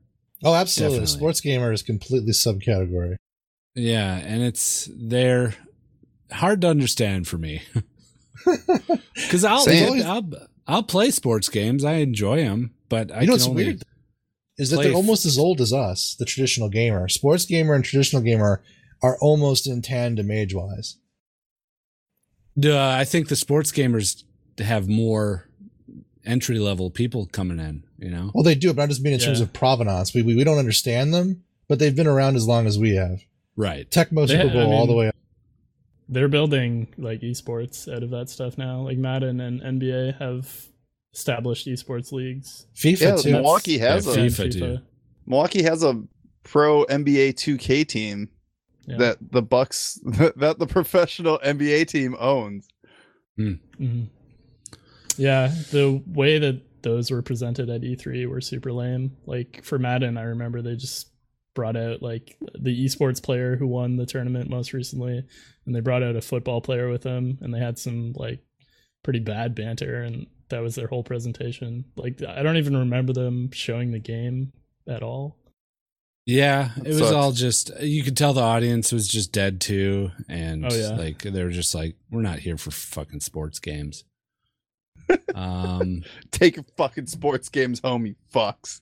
S3: Oh, absolutely.
S1: Definitely.
S3: Sports gamer is completely subcategory.
S1: Yeah, and it's they're hard to understand for me because I'll,
S4: Same.
S1: I'll I'll play sports games. I enjoy them, but I
S3: you know
S1: can
S3: what's
S1: only,
S3: weird is that
S1: play
S3: they're
S1: f-
S3: almost as old as us, the traditional gamer. Sports gamer and traditional gamer are almost in tandem age wise.
S1: Uh, I think the sports gamers have more entry level people coming in. You know,
S3: Well, they do, but I just mean in terms
S2: Yeah.
S3: of provenance. We, we we don't understand them, but they've been around as long as we have.
S1: right?
S3: Tecmo
S2: They-
S3: Super
S2: I
S3: Bowl all
S2: mean-
S3: the way up.
S2: They're building like esports out of that stuff now. Like Madden and NBA have established esports leagues.
S3: FIFA
S4: Yeah,
S3: too.
S2: That's-
S4: Milwaukee has
S1: Yeah,
S4: a
S1: FIFA, dude.
S4: Milwaukee has a pro NBA 2K team
S2: Yeah.
S4: that the Bucks that the professional NBA team owns.
S2: Mhm. Yeah, the way that those were presented at E3 were super lame. Like for Madden, I remember they just brought out like the esports player who won the tournament most recently, and they brought out a football player with them, and they had some like pretty bad banter, and that was their whole presentation. Like I don't even remember them showing the game at all.
S1: Yeah,
S4: That
S1: it was
S4: sucks.
S1: all just you could tell the audience was just dead too, and
S2: Oh, yeah.
S1: like they were just like, we're not here for fucking sports games. um,
S4: Take your fucking sports games home, you fucks.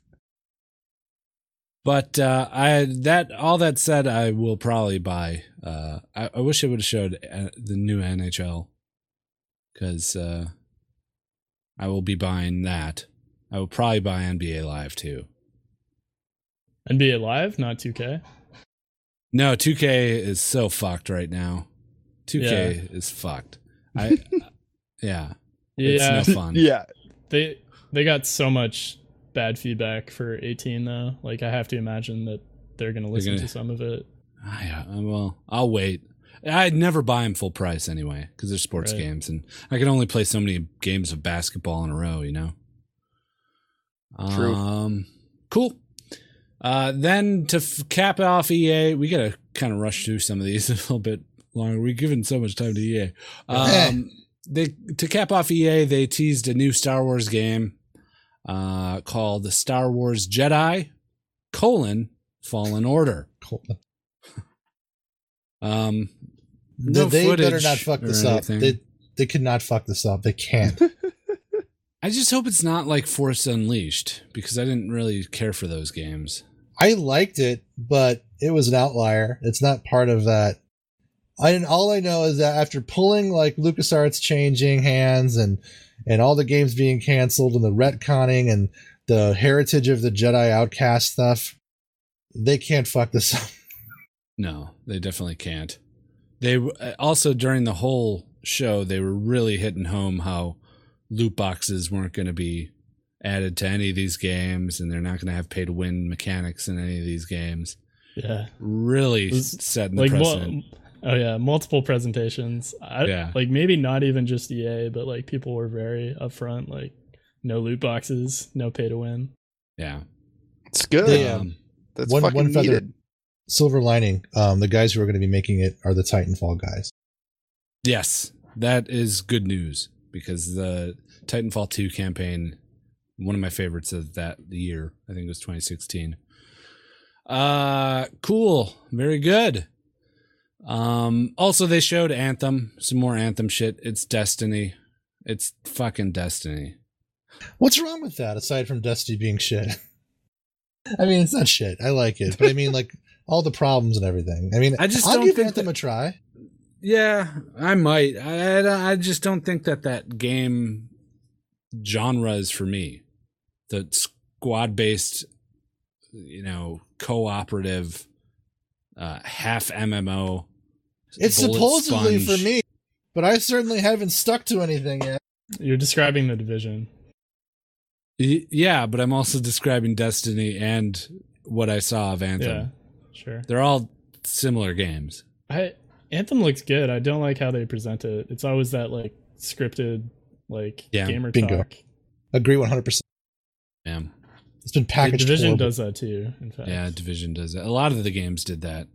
S1: but uh, I that all that said, I will probably buy. Uh, I, I wish I would have showed uh, the new NHL because uh, I will be buying that. I will probably buy NBA Live too.
S2: NBA Live, not 2K.
S1: No, 2K is so fucked right now. 2K is fucked. I yeah,
S2: Yeah,
S1: it's no fun.
S4: Yeah,
S2: they they got so much bad feedback for 18 though like i have to imagine that they're gonna listen
S1: gonna-
S2: to some of it
S1: I, uh, well, I'll wait. I'd never buy them full price anyway because they're sports
S2: Right.
S1: games, and I can only play so many games of basketball in a row. You know.
S4: True.
S1: Um, cool. Uh, then to f- cap off EA, we gotta kind of rush through some of these a little bit longer. We're giving so much time to EA. Um, they to cap off EA, they teased a new Star Wars game uh, called Star Wars Jedi: colon Fallen Order.
S3: Cool.
S1: Um,
S3: They- they better
S1: footage
S3: not fuck this
S1: or
S3: up.
S1: anything.
S3: They they could not fuck this up. They can't.
S1: I just hope it's not like Force Unleashed because I didn't really care for those games.
S3: I liked it, but it was an outlier. It's not part of that. I and all I know is that after pulling like LucasArts changing hands and and all the games being canceled and the retconning and the heritage of the Jedi Outcast stuff, they can't fuck this up.
S1: No, they definitely can't. They uh, also during the whole show they were really hitting home how loot boxes weren't going to be added to any of these games, and they're not going to have pay to win mechanics in any of these games.
S2: yeah
S1: Really
S2: It's
S1: setting the
S2: like
S1: precedent.
S2: mul- oh yeah multiple presentations I,
S1: Yeah.
S2: like maybe not even just ea but like people were very upfront like no loot boxes no pay to win
S1: yeah.
S4: it's good.
S3: They, uh,
S1: Um,
S4: That's
S3: one-
S4: fucking
S3: one feather-
S4: needed.
S3: Silver lining, um, the guys who are going to be making it are the Titanfall guys.
S1: Yes, that is good news because the Titanfall 2 campaign, one of my favorites of that year, I think it was 2016. Uh cool, very good. Um also they showed Anthem, some more Anthem shit. It's Destiny. It's fucking Destiny.
S3: What's wrong with that aside from Dusty being shit? I mean, it's not shit. I like it, but I mean, like all the problems and everything. I mean,
S1: I just
S3: I'll
S1: don't
S3: give
S1: think
S3: Anthem
S1: that-
S3: a try.
S1: Yeah, I might. I, I I just don't think that that game genre is for me. The squad based, you know, cooperative uh, half MMO.
S3: It's
S1: bullet
S3: supposedly
S1: sponge.
S3: for me, but I certainly haven't stuck to anything yet.
S2: You're describing the division.
S1: Y- Yeah, but I'm also describing Destiny and what I saw of Anthem.
S2: Yeah, sure.
S1: They're all similar games.
S2: I Anthem looks good. I don't like how they present it. It's always that like scripted like
S1: Yeah,
S2: gamer
S3: bingo.
S2: talk.
S3: Agree 100%.
S1: Yeah.
S3: It's been
S2: The
S3: packaged.
S2: division
S3: horribly.
S2: does that too. In fact,
S1: Yeah, Division does that. A lot of the games did that.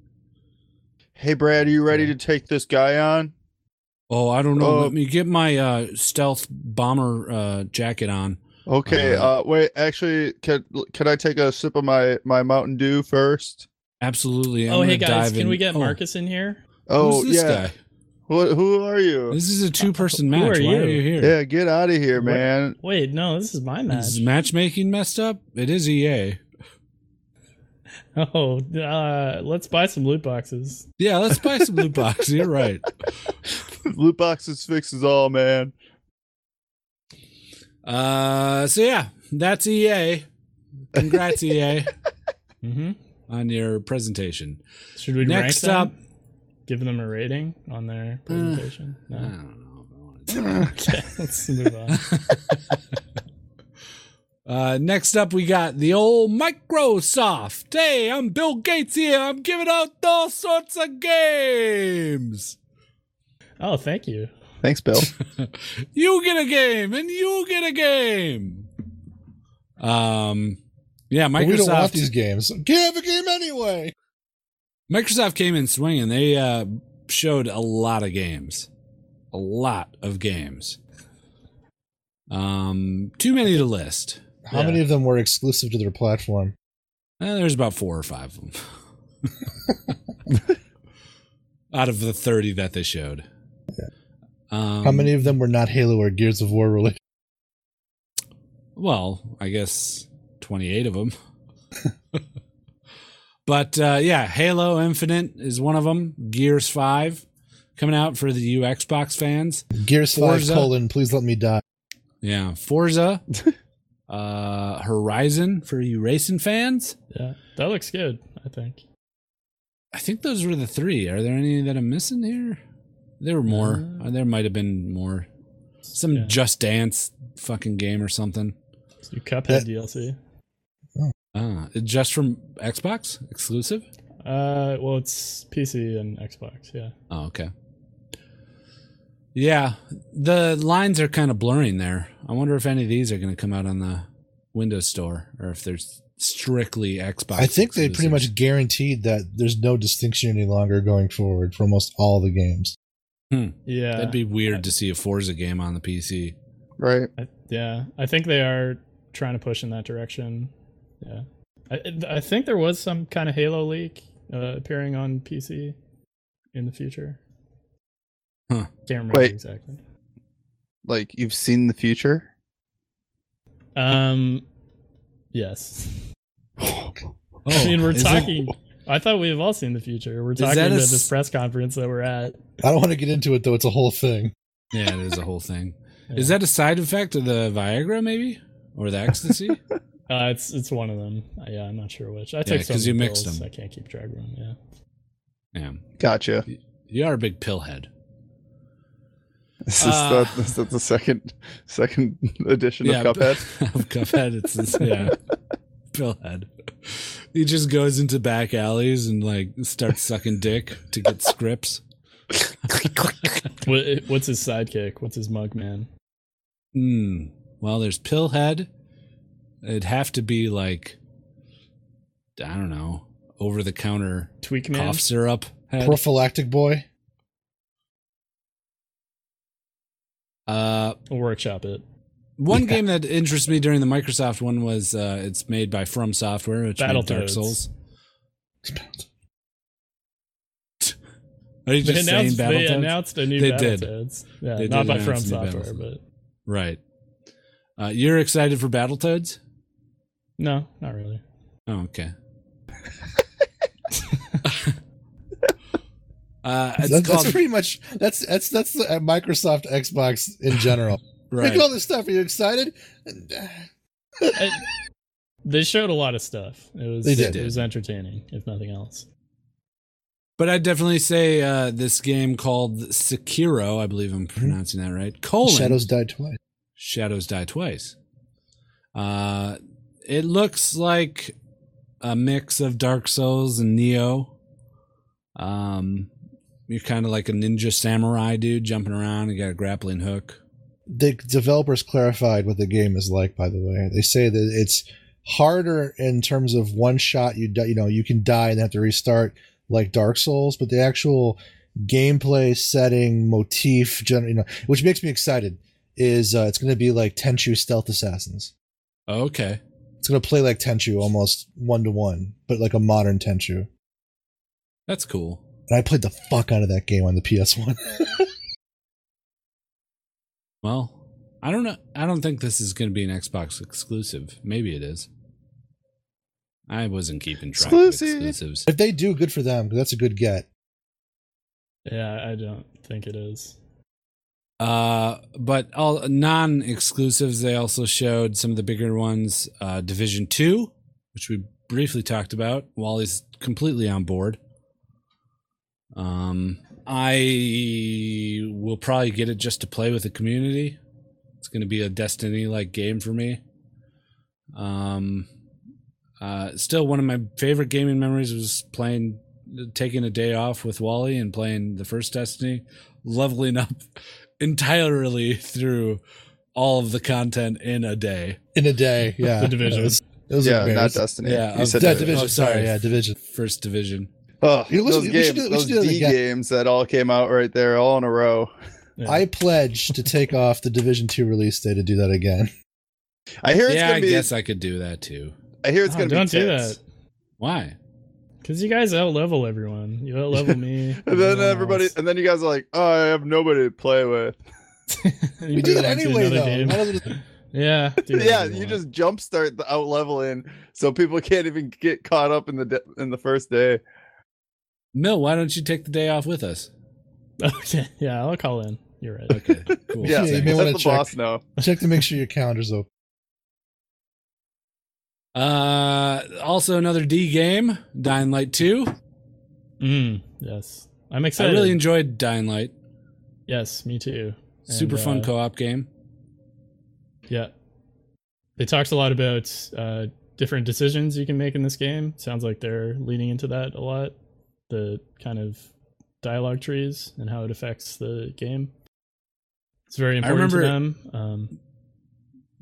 S4: Hey, Brad, are you ready to take this guy on?
S1: Oh, I don't know.
S4: Oh.
S1: Let me get my uh, stealth bomber uh, jacket on.
S4: Okay.
S1: Uh,
S4: Uh, wait. Actually, could could I take a sip of my my Mountain Dew first?
S1: Absolutely. I'm
S2: oh hey
S1: gonna
S2: guys,
S1: dive
S2: can
S1: in-
S2: we get
S1: Oh,
S2: Marcus in here?
S4: Oh
S1: who's this
S4: yeah.
S1: guy?
S4: Who, who are you?
S1: This is a two-person
S2: Who are
S1: match. Why are
S2: you?
S1: you here?
S4: Yeah, get out of here,
S2: What?
S4: man.
S2: Wait, no, this is my match.
S1: Is matchmaking messed up? It is E EA.
S2: Oh, uh, let's buy some loot boxes.
S1: Yeah, let's buy some loot box. You're right.
S4: Loot boxes fixes all, man.
S1: Uh, so yeah, that's EA. Congrats, EA,
S2: Mm-hmm.
S1: on your presentation.
S2: Should we
S1: Next
S2: rank them?
S1: up, Uh,
S2: Give them a rating on their presentation.
S1: I
S2: no.
S1: don't know. If I want to
S2: okay, let's move on.
S1: Uh, next up, we got the old Microsoft. Hey, I'm Bill Gates here. I'm giving out all sorts of games.
S2: Oh, thank you.
S4: Thanks, Bill.
S1: you get a game, and you get a game. Um, yeah,
S3: But We don't want
S1: Microsoft.
S3: these games. Give a game anyway.
S1: Microsoft came in swinging. They uh, showed a lot of games, a lot of games. Um, too many to list.
S3: How
S2: Yeah.
S3: many of them were exclusive to their platform?
S1: Eh, there's about four or five of them. Out of the 30 that they showed. Um,
S3: How many of them were not Halo or Gears of War related?
S1: Well, I guess 28 of them. but uh, yeah, Halo Infinite is one of them. Gears 5 coming out for the you Xbox fans.
S3: Gears 5
S1: Forza.
S3: colon, please let me die.
S1: Yeah, Forza. uh, Horizon for you racing fans.
S2: Yeah, that looks good. I think.
S1: I think those were the three. Are there any that I'm missing here? There were more.
S2: Uh,
S1: Uh, there might have been more. Some
S2: yeah.
S1: Just Dance fucking game or something.
S2: It's new Cuphead
S3: That-
S2: DLC.
S1: Uh, just from Xbox exclusive.
S2: Uh, well, it's PC and Xbox. Yeah.
S1: Oh, okay. Yeah, the lines are kind of blurring there. I wonder if any of these are going to come out on the Windows Store or if they're strictly Xbox.
S3: I think they pretty
S1: exclusives.
S3: much guaranteed that there's no distinction any longer going forward for almost all the games.
S2: Yeah.
S1: That'd be weird to see a Forza game on the PC.
S4: right.
S2: I, yeah, I think they are trying to push in that direction. Yeah. I I think there was some kind of Halo leak uh, appearing on PC in the future.
S1: Huh.
S2: Can't remember
S4: Wait.
S2: exactly.
S4: Like you've seen the future.
S2: Um. Yes.
S1: Oh,
S2: I mean, we're
S1: is it-
S2: talking. I thought we've all seen the future. We're talking
S1: that
S2: about
S1: a
S2: this
S1: s-
S2: press conference that we're at.
S3: I don't want to get into it though, it's a whole thing.
S1: Yeah, it is a whole thing.
S2: Yeah.
S1: Is that a side effect of the Viagra, maybe, or the ecstasy?
S2: Uh, it's it's one of them. Uh, yeah, I'm not sure which. I took
S1: 'cause
S2: some
S1: you mixed
S2: pills.
S1: them.
S2: I can't keep track of them. Yeah.
S1: yeah,
S4: Gotcha.
S1: you are a big pillhead.
S4: This is
S1: Uh,
S4: the, this is the second second edition
S1: Yeah,
S4: of Cuphead.
S1: of Cuphead, it's this, yeah, pillhead. He just goes into back alleys and like starts sucking dick to get scripts.
S2: What, what's his sidekick? What's his mug man?
S1: Hmm. Well, there's pillhead. It'd have to be like, I don't know, over the counter
S2: Tweak man.
S1: cough syrup. Head.
S3: Prophylactic boy.
S1: Uh,
S2: We'll workshop it.
S1: One game that interests me during the Microsoft one was uh, it's made by From Software, which made Dark
S2: Battletoads.
S1: Souls. Are you
S2: They
S1: just saying
S2: announced, they
S1: Battletoads?
S2: announced a new
S1: They did.
S2: Battletoads. Yeah,
S1: They
S2: not
S1: did
S2: by From
S1: announce a new
S2: Software,
S1: Battletoads.
S2: but
S1: right. Uh, you're excited for Battletoads?
S2: no, not really.
S1: Oh, okay. uh, it's
S3: That's,
S1: called
S3: that's pretty much that's that's that's the uh, Microsoft Xbox in general.
S1: right.
S3: Look at all this stuff. Are you excited?
S2: I- they showed a lot of stuff. It was
S3: They
S1: did.
S2: it was entertaining, if nothing else.
S1: But I'd definitely say uh, this game called Sekiro, I believe I'm pronouncing that right. Colon
S3: Shadows died twice.
S1: Shadows Die Twice. Uh, it looks like a mix of Dark Souls and Neo. Um, you're kind of like a ninja samurai dude jumping around. You got a grappling hook.
S3: The developers clarified what the game is like. By the way, they say that it's harder in terms of one shot. You di- you know you can die and have to restart like Dark Souls, but the actual gameplay setting motif, gen- you know, which makes me excited, is uh, it's going to be like Tenchu Stealth Assassins.
S1: Okay.
S3: It's going to play like Tenchu almost one to one, but like a modern Tenchu.
S1: That's cool.
S3: And I played the fuck out of that game on the PS1.
S1: Well, I don't know. I don't think this is going to be an Xbox exclusive. Maybe it is. I wasn't keeping track
S4: Exclusive.
S1: of exclusives.
S3: if they do, good for them, 'cause that's a good get.
S2: Yeah, I don't think it is.
S1: Uh, but all non-exclusives, they also showed some of the bigger ones. Uh, Division Two, which we briefly talked about. Wally's completely on board. Um, I will probably get it just to play with the community. It's going to be a Destiny-like game for me. Um, uh, still one of my favorite gaming memories was playing, taking a day off with Wally and playing the first Destiny, leveling up entirely through all of the content in a day.
S3: In a day, yeah.
S2: The Division.
S3: It was, it was
S4: yeah, not
S3: embarrassing.
S4: Destiny.
S1: Yeah,
S4: you
S1: of-
S4: said
S3: Yeah,
S1: that
S4: Division.
S3: Division.
S1: Oh, sorry.
S3: sorry. yeah, Division.
S1: First division.
S4: Ugh,
S3: You know, we
S4: Oh, those
S3: should- we should
S4: games,
S3: do- we
S4: those
S3: should do that
S4: D
S3: again.
S4: games that all came out right there, all in a row.
S2: Yeah.
S3: I pledge to take off the Division 2 release day to do that again.
S4: I hear it's
S1: Yeah,
S4: gonna
S1: I
S4: be.
S1: guess I could do that too.
S4: I hear it's
S2: Oh,
S4: gonna
S2: don't
S4: be.
S2: do
S4: tits.
S2: that
S1: Why?
S2: because you guys out level everyone. You out level me.
S4: And then
S2: everyone
S4: everybody,
S2: else.
S4: and then you guys are like, "Oh, I have nobody to play with."
S2: You
S3: we did
S2: move
S3: it
S2: on to
S3: anyway,
S2: another
S3: though.
S2: game.
S3: Might as well just-
S2: Yeah. do
S4: yeah,
S2: whatever
S4: you
S2: want.
S4: just jumpstart the out leveling, so people can't even get caught up in the de- in the first day.
S1: Mill, why don't you take the day off with us?
S2: Okay. Yeah, I'll call in. You're right.
S1: Okay, cool.
S4: Yeah,
S3: you
S1: thanks.
S3: may
S4: Let
S3: wanna
S4: the
S3: check.
S4: boss know.
S3: Check to make sure your calendar's open.
S1: Uh, also another D game, Dying Light Two.
S2: Mm, yes. I'm
S1: I
S2: excited.
S1: really enjoyed Dying Light.
S2: yes, me too. And,
S1: Super fun
S2: uh,
S1: co-op game.
S2: Yeah. They talked a lot about uh, different decisions you can make in this game. Sounds like they're leaning into that a lot. The kind of dialogue trees and how it affects the game. It's very
S1: I
S2: important to
S1: remember-
S2: them. Um,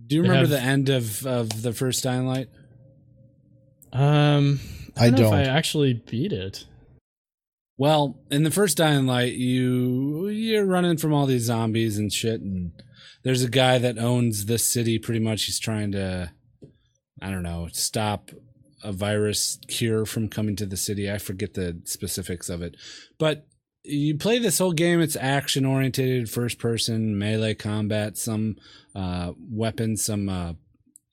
S1: Do you
S2: They
S1: remember
S2: have-
S1: the end of of the first Dying Light?
S2: um,
S3: I
S2: I don't know
S3: don't.
S2: if I actually beat it.
S1: Well, in the first Dying Light, you you're running from all these zombies and shit, and there's a guy that owns this city. Pretty much, he's trying to, I don't know, stop a virus cure from coming to the city. I forget the specifics of it, but you play this whole game. It's action oriented, first person melee combat, some uh, weapons, some uh,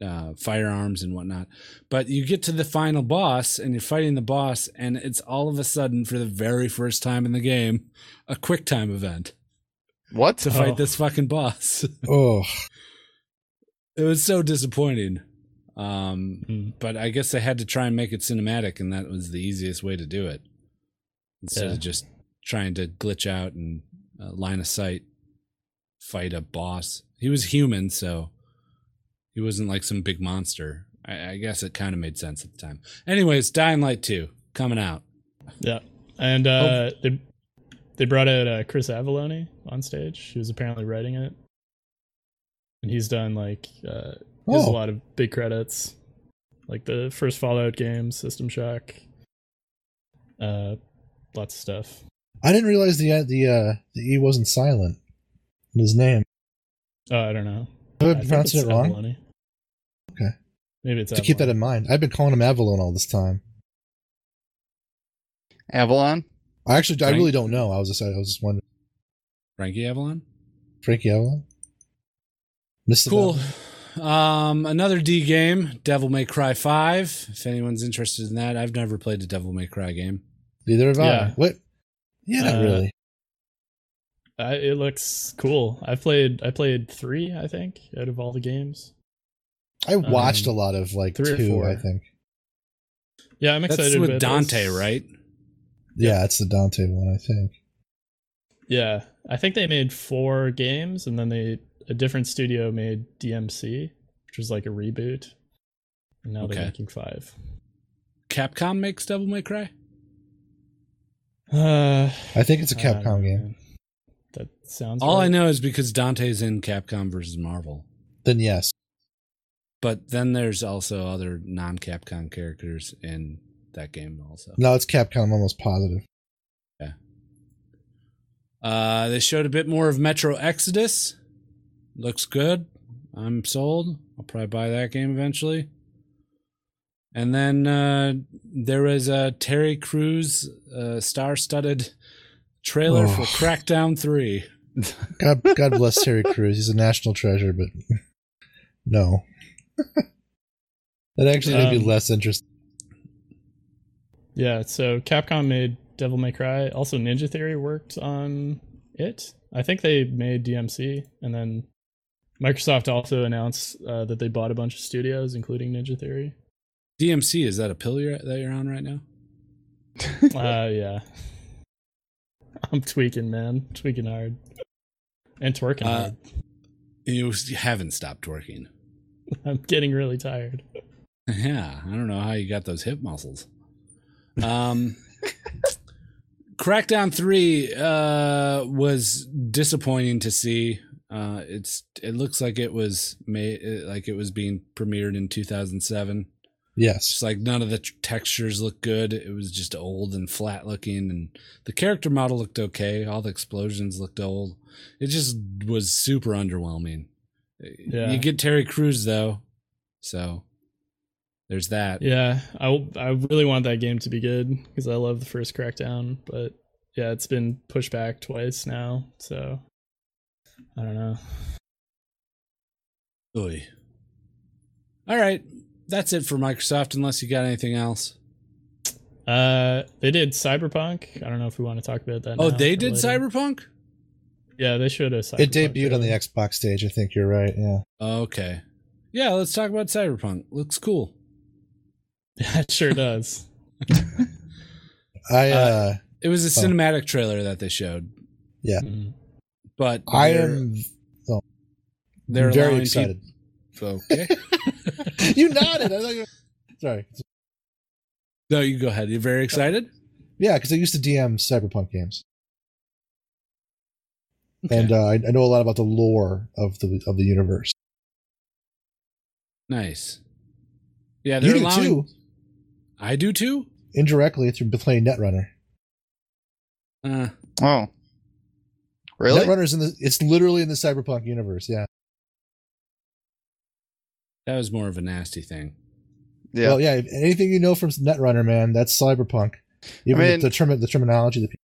S1: uh, firearms and whatnot. But you get to the final boss and you're fighting the boss, and it's all of a sudden, for the very first time in the game, a quick time event
S4: What?
S1: to fight
S2: Oh.
S1: this fucking boss.
S2: uh,
S3: Oh,
S1: it was so disappointing. Um,
S2: Mm.
S1: but I guess they had to try and make it cinematic, and that was the easiest way to do it instead
S2: Yeah.
S1: of just trying to glitch out and uh, line of sight fight a boss. He was human, so he wasn't like some big monster. I, I guess it kind of made sense at the time. Anyways, Dying Light Two coming out.
S2: Yeah, and
S1: Oh.
S2: uh, they they brought out uh, Chris Avalone on stage. He was apparently writing it, and he's done like uh, he has a
S3: Oh.
S2: lot of big credits, like the first Fallout game, System Shock, uh, lots of stuff.
S3: I didn't realize the uh, the uh, the E wasn't silent in his name.
S2: Oh, I don't know.
S3: Have I
S2: I think
S3: pronounced
S2: it's
S3: it wrong?
S2: Avalone.
S3: Okay.
S2: Maybe it's
S3: To keep that
S2: Avalone.
S3: in mind, I've been calling him Avalon all this time.
S4: Avalon.
S3: I actually, I
S1: Frank-
S3: really don't know. I was just, I was just wondering.
S1: Frankie Avalon.
S3: Frankie Avalon. Mr.
S1: Cool.
S3: Avalon?
S1: Um, another D game, Devil May Cry Five. If anyone's interested in that, I've never played a Devil May Cry game.
S3: Neither have I.
S2: Yeah.
S3: What? Yeah, not
S2: Uh,
S3: really.
S2: I, it looks cool. I played I played three, I think, out of all the games.
S3: I watched
S2: um,
S3: a lot of like
S2: three or
S3: two.
S2: four.
S3: I think.
S2: Yeah, I'm excited.
S1: That's with
S2: about
S1: Dante,
S2: this.
S1: right?
S3: Yeah, it's the Dante one, I think.
S2: Yeah, I think they made four games, and then they a different studio made DMC, which was like a reboot. And now
S1: Okay.
S2: they're making five.
S1: Capcom makes Devil May Cry.
S2: Uh,
S3: I think it's a
S2: I don't know,
S3: Capcom game.
S2: man. Uh, That sounds.
S1: All I
S2: right.
S1: know is because Dante's in Capcom versus Marvel.
S3: Then yes,
S1: But then there's also other non-Capcom characters in that game also.
S3: no, it's Capcom. I'm almost positive.
S1: Uh, they showed a bit more of Metro Exodus. Looks good. I'm sold. I'll probably buy that game eventually. And then uh, there was a Terry Crews uh, star-studded trailer for
S3: Oh.
S1: Crackdown Three.
S3: God, God bless Terry Crews. He's a national treasure, but no. that actually would be
S2: Um,
S3: less interesting.
S2: Yeah, so Capcom made Devil May Cry. Also, Ninja Theory worked on it. I think they made DMC, and then Microsoft also announced uh, that they bought a bunch of studios, including Ninja Theory.
S1: DMC is that a pill you're, that you're on right now?
S2: Uh, yeah. I'm tweaking, man. Tweaking hard. And twerking
S1: Uh,
S2: hard.
S1: You haven't stopped working.
S2: I'm getting really tired.
S1: Yeah, I don't know how you got those hip muscles. Um, Crackdown Three uh, was disappointing to see. Uh, it's it looks like it was made like it was being premiered in 2007. It's
S3: Yes,
S1: just like none of the t- textures looked good. It was just old and flat looking, and the character model looked okay. All the explosions looked old. It just was super underwhelming.
S2: Yeah.
S1: You get Terry Crews though, so there's that.
S2: Yeah, I, I really want that game to be good because I love the first Crackdown, but yeah, it's been pushed back twice now, so I don't know.
S1: Oy. All right, that's it for Microsoft. Unless you got anything else.
S2: Uh, they did Cyberpunk. I don't know if we want to talk about that.
S1: oh,
S2: now
S1: they
S2: or
S1: did
S2: later.
S1: Cyberpunk.
S2: Yeah, they showed us.
S3: it debuted on the Xbox stage. I think you're right. Yeah,
S1: Okay, yeah. Let's talk about Cyberpunk. Looks cool.
S2: Yeah, it sure does.
S3: I uh,
S1: It was a
S3: Oh.
S1: cinematic trailer that they showed,
S2: Mm.
S1: but
S3: I
S1: they're-
S3: am
S1: they're
S3: very
S1: allowing
S3: excited.
S1: peop- okay.
S3: you nodded. I was like, sorry.
S1: No, you go ahead. You're very excited.
S3: Yeah, because I used to DM Cyberpunk games,
S1: Okay.
S3: and uh, I, I know a lot about the lore of the of the universe.
S1: nice. Yeah,
S3: You
S1: they're
S3: do
S1: allowing.
S3: too,
S1: I do too.
S3: indirectly through playing Netrunner.
S1: Uh,
S4: Oh, really?
S3: Netrunner's in the. It's literally in the Cyberpunk universe. Yeah.
S1: that was more of a nasty thing.
S4: yeah.
S3: Well, yeah. if Anything you know from Netrunner, man, that's cyberpunk. Even
S4: mean-
S3: the, term, the terminology. The,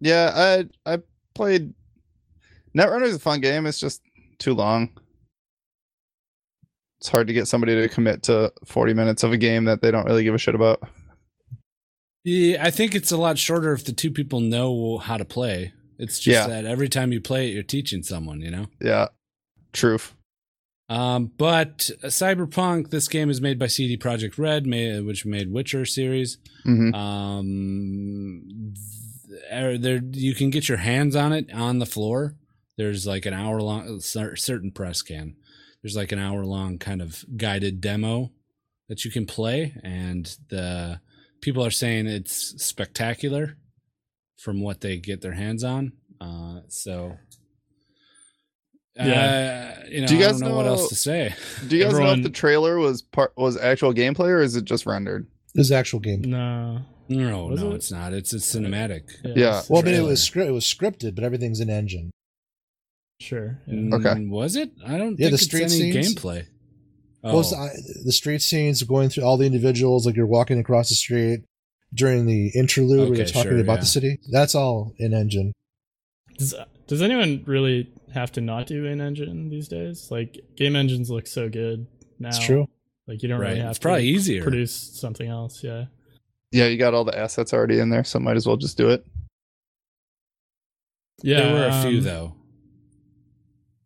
S4: Yeah, I I played Netrunner is a fun game. It's just too long. It's hard to get somebody to commit to 40 minutes of a game that they don't really give a shit about.
S1: Yeah, I think it's a lot shorter if the two people know how to play. It's just
S4: Yeah.
S1: that every time you play it, you're teaching someone. You know.
S4: Yeah. Truth.
S1: Um, but Cyberpunk, this game is made by CD Projekt Red, ma- which made Witcher series.
S4: hmm
S1: Um, th- er, there you can get your hands on it on the floor. There's like an hour long. cer- Certain press can. There's like an hour long kind of guided demo that you can play, and the people are saying it's spectacular from what they get their hands on. Uh, so.
S2: Yeah.
S1: Uh, you know,
S4: Do you
S1: I
S4: guys
S1: don't know, what
S4: know-
S1: else to say.
S4: Do you guys know
S2: Everyone-
S4: if the trailer was part was actual gameplay or is it just rendered?
S3: this is actual game.
S2: No.
S1: No,
S2: Was
S1: no,
S2: it?
S1: it's not. It's a cinematic.
S4: Yeah.
S2: it's
S3: Well, I mean, it
S2: trailer.
S3: was script. It was scripted, but everything's in engine.
S2: Sure. yeah.
S1: Mm,
S4: Okay.
S1: Was it? I don't
S3: Yeah,
S1: think
S3: the
S1: it's
S3: street
S1: any
S3: scenes.
S1: gameplay. Oh.
S3: Well, it's, uh, the street scenes going through all the individuals, like you're walking across the street during the interlude where they're
S1: Okay,
S3: talking
S1: sure,
S3: about
S1: yeah.
S3: the city. That's all in engine.
S2: Does, does anyone really have to not do in engine these days? Like game engines look so good now.
S3: It's true.
S2: Like you don't
S1: right.
S2: really have
S1: It's
S2: to
S1: probably easier.
S2: produce something else. Yeah.
S4: Yeah, you got all the assets already in there, so might as well just do it.
S2: Yeah.
S1: there were a few
S2: um,
S1: though,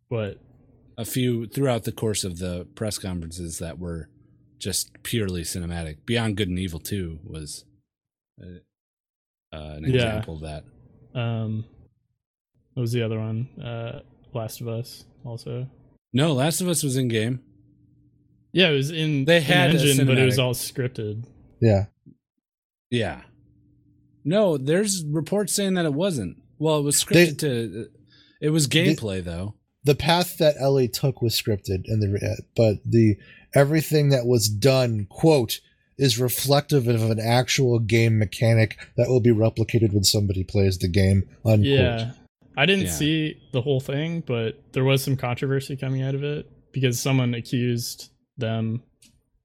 S2: What?
S1: a few throughout the course of the press conferences that were just purely cinematic. Beyond Good and Evil Two was uh, uh, an
S2: Yeah.
S1: example of that.
S2: Um, what was the other one? Uh, Last of Us also.
S1: No, Last of Us was in game.
S2: Yeah, it was in
S1: They
S2: in
S1: had a
S2: engine, but it was
S1: cinematic.
S2: all scripted.
S3: Yeah.
S1: Yeah. No, there's reports saying that it wasn't. Well, it was
S3: They-
S1: scripted to. uh, It was gameplay though.
S3: The path that Ellie took was scripted, and the uh, but the everything that was done quote is reflective of an actual game mechanic that will be replicated when somebody plays the game unquote.
S2: Yeah. I didn't
S1: Yeah.
S2: see the whole thing, but there was some controversy coming out of it because someone accused them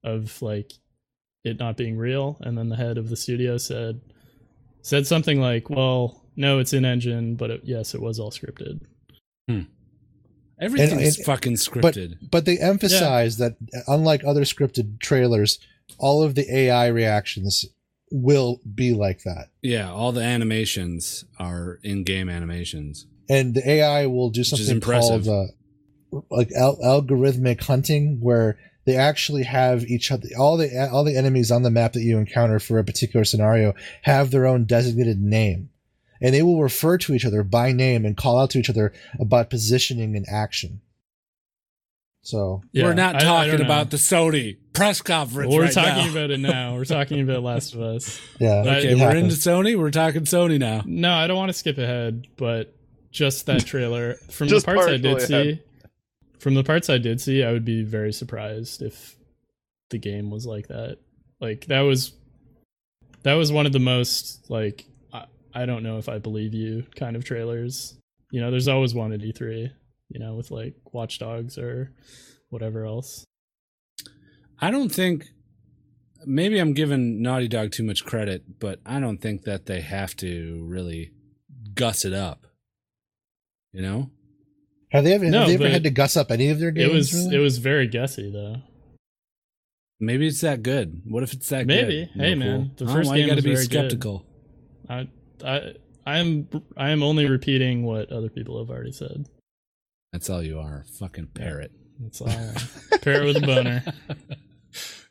S2: of like it not being real and then the head of the studio said said something like, "Well, no, it's in engine, but it, yes, it was all scripted."
S1: Everything's
S3: and-
S1: fucking
S3: but
S1: scripted.
S3: but they emphasize that unlike other scripted trailers, all of the AI reactions will be like that.
S1: yeah, all the animations are in-game animations.
S3: and the AI will do
S1: Which is
S3: something
S1: impressive.
S3: called uh, like al- algorithmic hunting, where they actually have each other all the all the enemies on the map that you encounter for a particular scenario have their own designated name, and they will refer to each other by name and call out to each other about positioning and action. So
S2: Yeah,
S1: We're not
S2: I- I don't
S1: talking
S2: know.
S1: about the Sony press conference.
S2: Well, we're
S1: right
S2: talking
S1: now.
S2: about it now. We're talking about Last of Us.
S3: yeah,
S2: Right.
S1: Okay,
S3: it
S1: we're
S3: happened.
S1: into Sony. We're talking Sony now.
S2: No, I don't want to skip ahead, but just that trailer from the
S4: Just
S2: parts I did
S4: partially
S2: see. From the parts I did see, I would be very surprised if the game was like that. Like that was that was one of the most like I, I don't know if I believe you kind of trailers. You know, there's always one at E3, you know, with like Watch Dogs or whatever else.
S1: I don't think. Maybe I'm giving Naughty Dog too much credit, but I don't think that they have to really guss it up. You know,
S3: Have they ever,
S2: No,
S3: have they ever
S2: but
S3: had to guss up any of their games?
S2: it was
S3: really?
S2: it was very guessy though.
S1: maybe it's that good. What if it's that
S2: Maybe.
S1: good?
S2: Hey, man, the
S1: I don't know
S2: first
S1: why you gotta
S2: game was
S1: be
S2: very good.
S1: skeptical.
S2: I I I am I am only repeating what other people have already said.
S1: That's all you are, a fucking parrot.
S2: That's all. I am. Pair it with a boner.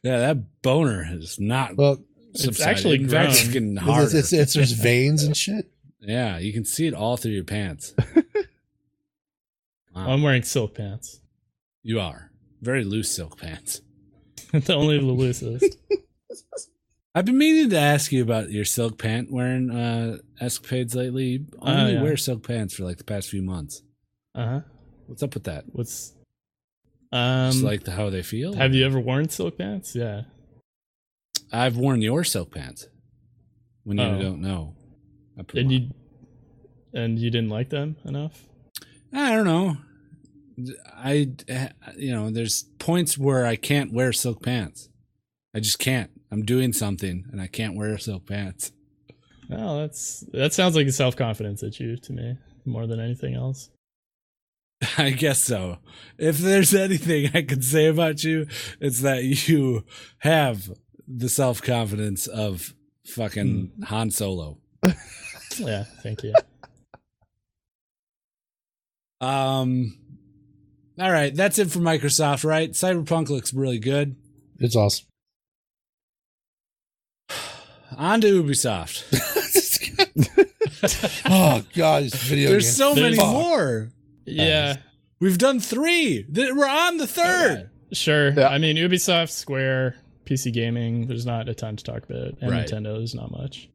S1: Yeah, that boner is not.
S3: well,
S2: It's
S1: subsided.
S2: actually
S1: In fact, it's
S2: grown.
S1: getting harder.
S3: it's, it's, it's there's veins and shit.
S1: yeah, you can see it all through your pants. Wow.
S2: I'm wearing silk pants.
S1: you are very loose silk pants.
S2: the only the loosest.
S1: I've been meaning to ask you about your silk pant wearing uh, escapades lately. You only
S2: Oh, yeah.
S1: wear silk pants for like the past few months.
S2: Uh huh.
S1: What's up with that?
S2: What's um?
S1: Just like the, how they feel.
S2: have you ever worn silk pants? Yeah.
S1: I've worn your silk pants. When you
S2: Oh.
S1: don't know, I, put
S2: And
S1: them
S2: you and you didn't like them enough.
S1: on. I don't know. I eh, you know, there's points where I can't wear silk pants. I just can't. I'm doing something and I can't wear silk pants.
S2: No, that's that sounds like a self confidence issue to me more than anything else.
S1: I guess so. If there's anything I could say about you, it's that you have the self confidence of fucking Han Solo.
S2: Yeah. Thank you.
S1: Um, all right, that's it for Microsoft, right? Cyberpunk looks really good.
S3: It's awesome.
S1: On to Ubisoft.
S3: oh god, these video
S1: There's
S3: games.
S1: so many
S2: There's-
S1: more.
S2: Yeah.
S1: We've done three. Th- We're on the third.
S2: Sure.
S4: Yeah.
S2: I mean, Ubisoft, Square, PC gaming. There's not a ton to talk about, and
S1: Right.
S2: Nintendo. There's not much.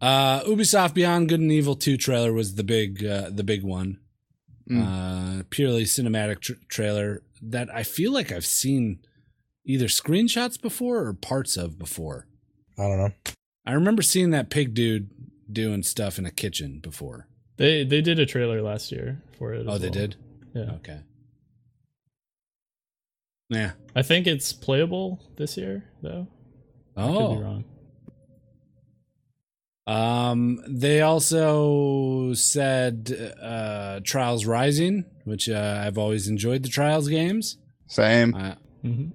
S1: Uh, Ubisoft Beyond Good and Evil Two trailer was the big, uh, the big one. uh, purely cinematic tr- trailer that I feel like I've seen either screenshots before or parts of before.
S3: I don't know.
S1: I remember seeing that pig dude doing stuff in a kitchen before.
S2: They they did a trailer last year for it. as
S1: Oh, they
S2: well.
S1: did?
S2: Yeah.
S1: Okay. Yeah.
S2: I think it's playable this year though. I could be
S1: Oh.
S2: wrong.
S1: Um, they also said uh, Trials Rising, which uh, I've always enjoyed the Trials games.
S4: Same.
S1: I,
S2: hmm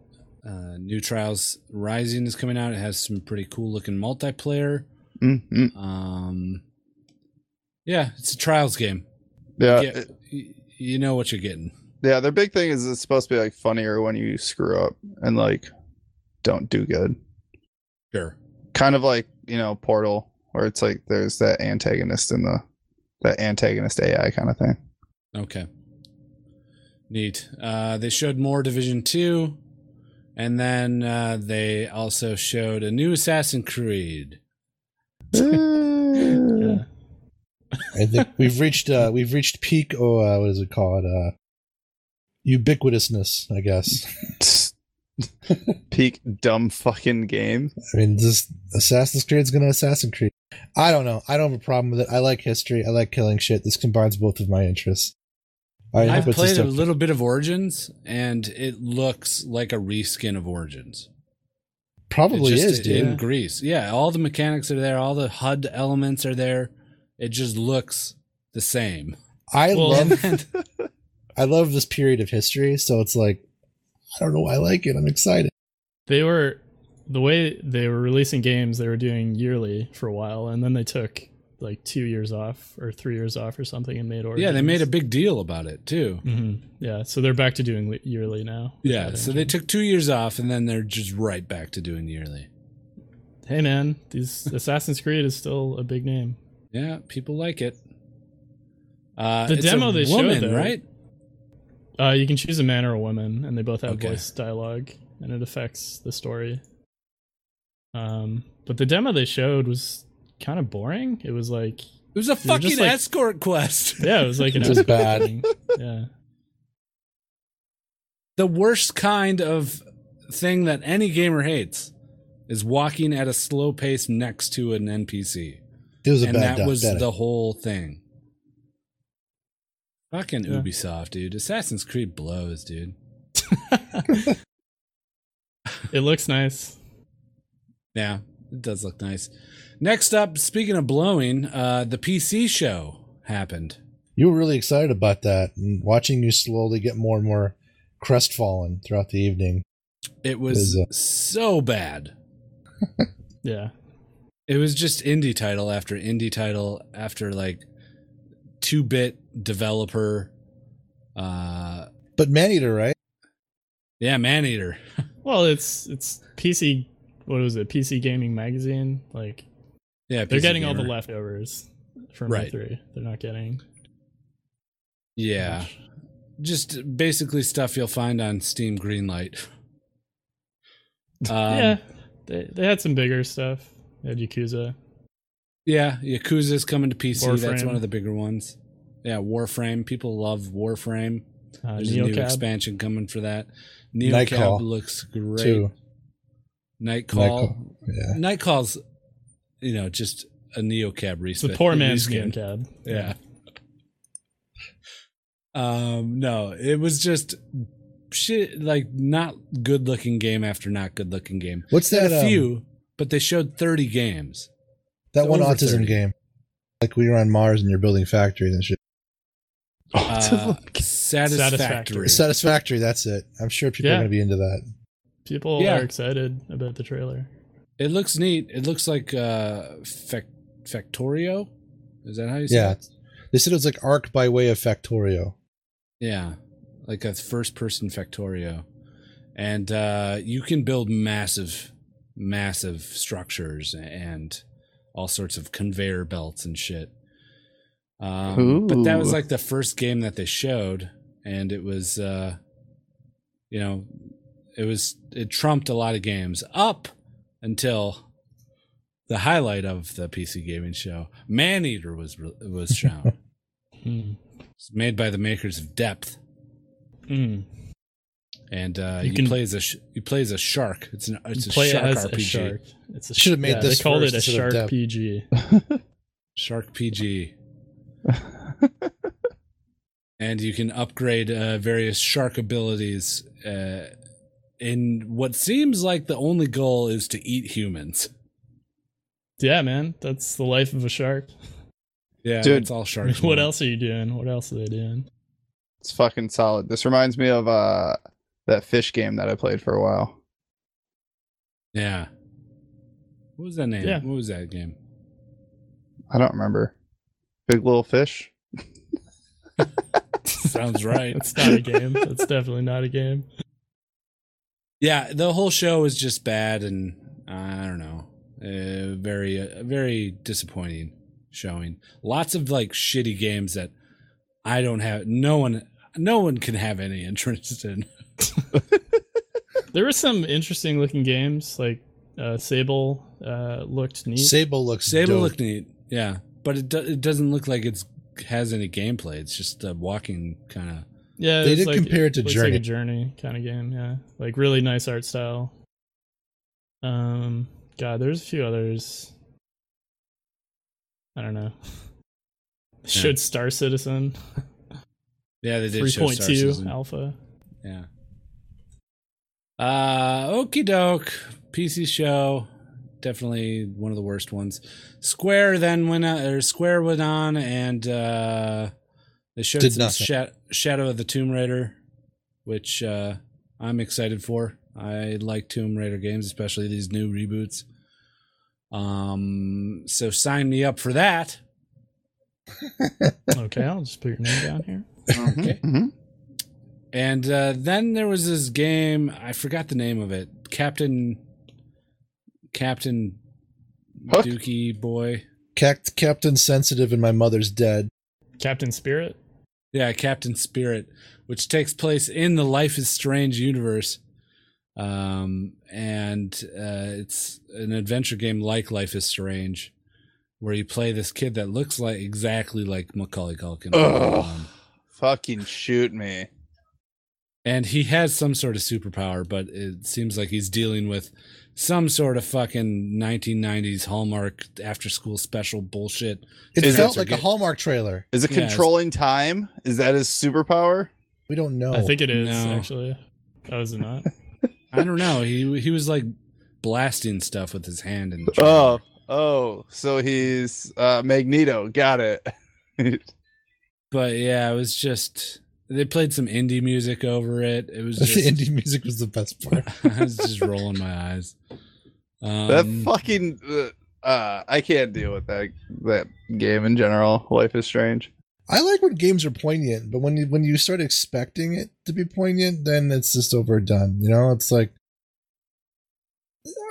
S1: uh, new Trials Rising is coming out. It has some pretty cool looking multiplayer.
S4: Mm, mm.
S1: Um, yeah, it's a trials game.
S4: Yeah.
S1: Yeah, y- you know what you're getting.
S4: Yeah, their big thing is it's supposed to be like funnier when you screw up and like don't do good.
S1: Sure.
S4: Kind of like, you know, Portal or it's like there's that antagonist in the that antagonist AI kind of thing.
S1: Okay. Neat. Uh, they showed more Division 2, and then uh, they also showed a new Assassin's Creed.
S2: Yeah.
S3: I think we've reached uh we've reached peak oh uh, what is it called uh ubiquitousness I guess
S4: Peak dumb fucking game.
S3: I mean this Assassin's Creed's gonna Assassin's Creed I don't know I don't have a problem with it I like history I like killing shit this combines both of my interests I
S1: I've
S3: hope it's
S1: played
S3: just
S1: a
S3: a,
S1: little bit of Origins, and it looks like a reskin of Origins. It
S3: probably
S1: just-
S3: is dude
S1: in Greece. Yeah, all the mechanics are there, all the HUD elements are there. It just looks the same.
S3: I
S2: Well-
S3: love
S1: And
S3: I love this period of history so it's like I don't know why I like it I'm excited
S2: they were the way they were releasing games they were doing yearly for a while and then they took like two years off or three years off or something and made origins
S1: yeah, they made a big deal about it too.
S2: Mhm. yeah so they're back to doing le- yearly now
S1: Yeah, so they
S2: took.
S1: took two years off, and then they're just right back to doing yearly.
S2: hey man these assassin's creed is still a big name
S1: Yeah, people like it. Uh,
S2: The
S1: it's a
S2: demo they showed,
S1: woman,
S2: though.
S1: right?
S2: uh, you can choose a man or a woman and they both have
S1: Okay.
S2: voice dialogue and it affects the story um, but the demo they showed was kind of boring it was like
S1: It was a
S2: just
S1: fucking
S2: like-
S1: escort quest.
S2: yeah it was like an
S3: It was
S2: outcome
S3: bad.
S2: thing. yeah
S1: the worst kind of thing that any gamer hates is walking at a slow pace next to an NPC,
S3: it was a
S1: and
S3: bad
S1: that
S3: doc-
S1: was
S3: bad-
S1: the whole thing. Fucking
S2: Yeah.
S1: Ubisoft, dude. Assassin's Creed blows, dude.
S2: it looks nice
S1: Yeah, it does look nice. Next up, speaking of blowing, uh, the PC show happened.
S3: you were really excited about that and watching you slowly get more and more crestfallen throughout the evening
S1: It was
S3: Is, uh,
S1: so bad.
S2: yeah
S1: It was just indie title after indie title after like two bit developer. Uh,
S3: but Maneater right
S1: yeah, Maneater.
S2: well it's it's pc what was it pc gaming magazine like
S1: Yeah,
S2: they're
S1: PC
S2: getting all the
S1: gamer.
S2: leftovers from
S1: Right.
S2: E3. They're not getting.
S1: Yeah, just basically stuff you'll find on Steam Greenlight. Um,
S2: yeah, they, they had some bigger stuff. They had Yakuza.
S1: Yeah, Yakuza's coming to PC. That's
S2: Warframe.
S1: one of the bigger ones. Yeah, Warframe. People love Warframe.
S2: Uh,
S1: There's a new
S2: Neocab.
S1: expansion coming for that.
S3: Night
S1: Neocab
S3: Call,
S1: looks great.
S3: too
S1: Night
S3: Night
S1: Call.
S3: Call, yeah
S1: Night Call's, you know, just a Neocab
S2: It's
S1: respin.
S2: the poor man's
S1: reskin.
S2: Neocab.
S1: Yeah. Um, no, it was just shit like not good looking game after not good looking game.
S3: What's
S1: They had
S3: that?
S1: a
S3: um,
S1: few, but they showed 30 games.
S3: that one
S1: over
S3: autism
S1: 30.
S3: game. Like we were on Mars and you're building factories and shit.
S1: Uh,
S2: Satisfactory.
S1: satisfactory.
S3: Satisfactory. That's it. I'm sure people
S2: Yeah.
S3: are going to be into that.
S2: People
S1: Yeah.
S2: are excited about the trailer.
S1: It looks neat. It looks like uh, fac- Factorio. Is that how you say
S3: Yeah.
S1: it?
S3: They said it was like Arc by way of Factorio.
S1: Yeah, like a first person Factorio. And uh, you can build massive, massive structures and all sorts of conveyor belts and shit. Um, but that was
S4: Ooh.
S1: like the first game that they showed, and it was, uh, you know, it was it trumped a lot of games up until the highlight of the PC gaming show. Maneater was re- was shown.
S2: Hmm.
S1: It's made by the makers of Depth,
S2: Hmm.
S1: and uh,
S2: You
S1: you,
S2: can-
S1: play as a sh- you play as a shark. It's an it's a
S2: Play it
S1: shark
S2: as
S1: RPG.
S2: a shark. It's a sh-
S3: Should've made
S2: yeah,
S3: this
S2: They called
S3: first
S2: it a
S3: instead
S2: shark
S3: of dub.
S2: PG.
S1: Shark PG. and you can upgrade uh, various shark abilities. Uh, in what seems like the only goal is to eat humans.
S2: Yeah, man, that's the life of a shark.
S1: Yeah,
S4: Dude.
S1: it's all sharks.
S2: what
S1: want.
S2: else are you doing? What else are they doing?
S4: It's fucking solid. This reminds me of uh that fish game that I played for a while.
S1: Yeah. What was that name?
S2: Yeah.
S1: What was that game?
S4: I don't remember. Big Little Fish.
S1: Sounds right.
S2: It's not a game. That's definitely not a game.
S1: Yeah, the whole show is just bad, and I don't know. Uh, very, uh, very disappointing showing. Lots of like shitty games that I don't have. No one, no one can have any interest in.
S2: There were some interesting looking games, like uh, Sable uh, looked neat.
S3: Sable looks
S1: Sable
S3: dope.
S1: looked neat, yeah, but it do, it doesn't look like it's has any gameplay. It's just a walking kind of.
S2: yeah,
S3: They
S2: it's
S3: did compare it to
S2: looks like a Journey kind of game. Yeah, like really nice art style. Um, God, there's a few others. I don't know. Showed Star Citizen
S1: Yeah, they did
S2: three
S1: show
S2: point
S1: Star
S2: two
S1: Citizen.
S2: alpha.
S1: Yeah. Uh okie doke. PC show. Definitely one of the worst ones. Square then went on, or Square went on and uh they showed
S3: Did
S1: some
S3: nothing.
S1: sha- Shadow of the Tomb Raider, which uh I'm excited for. I like Tomb Raider games, especially these new reboots. Um so sign me up for that.
S2: Okay, I'll just put your name down here.
S1: Okay.
S4: Mhm.
S1: And uh, then there was this game. I forgot the name of it. Captain, Captain
S4: Hook?
S1: Dookie boy.
S3: Cact- Captain Sensitive and My Mother's Dead.
S2: Captain Spirit.
S1: Yeah, Captain Spirit, which takes place in the Life is Strange universe. Um, and uh, it's an adventure game like Life is Strange, where you play this kid that looks like exactly like Macaulay Culkin.
S4: Ugh.
S1: Um,
S4: Fucking shoot me.
S1: and he has some sort of superpower, but it seems like he's dealing with some sort of fucking 1990s Hallmark after school special bullshit.
S3: It
S1: Dude, that's
S3: felt
S1: a
S3: like a
S1: good-
S3: Hallmark trailer.
S4: Is it
S1: Yeah, it's-
S4: controlling time? Is that his superpower?
S3: We don't know.
S2: I think it is
S1: no.
S2: actually. Oh, is it not?
S1: I don't know. He he was like blasting stuff with his hand and
S4: Oh, oh, so he's uh Magneto. Got it.
S1: but yeah, it was just they played some indie music over it. It was
S3: the
S1: just
S3: indie music was the best part.
S1: I was just rolling my eyes. Um,
S4: that fucking uh, uh I can't deal with that that game in general. Life is strange.
S3: I like when games are poignant, but when you when you start expecting it to be poignant, then it's just overdone. You know, it's like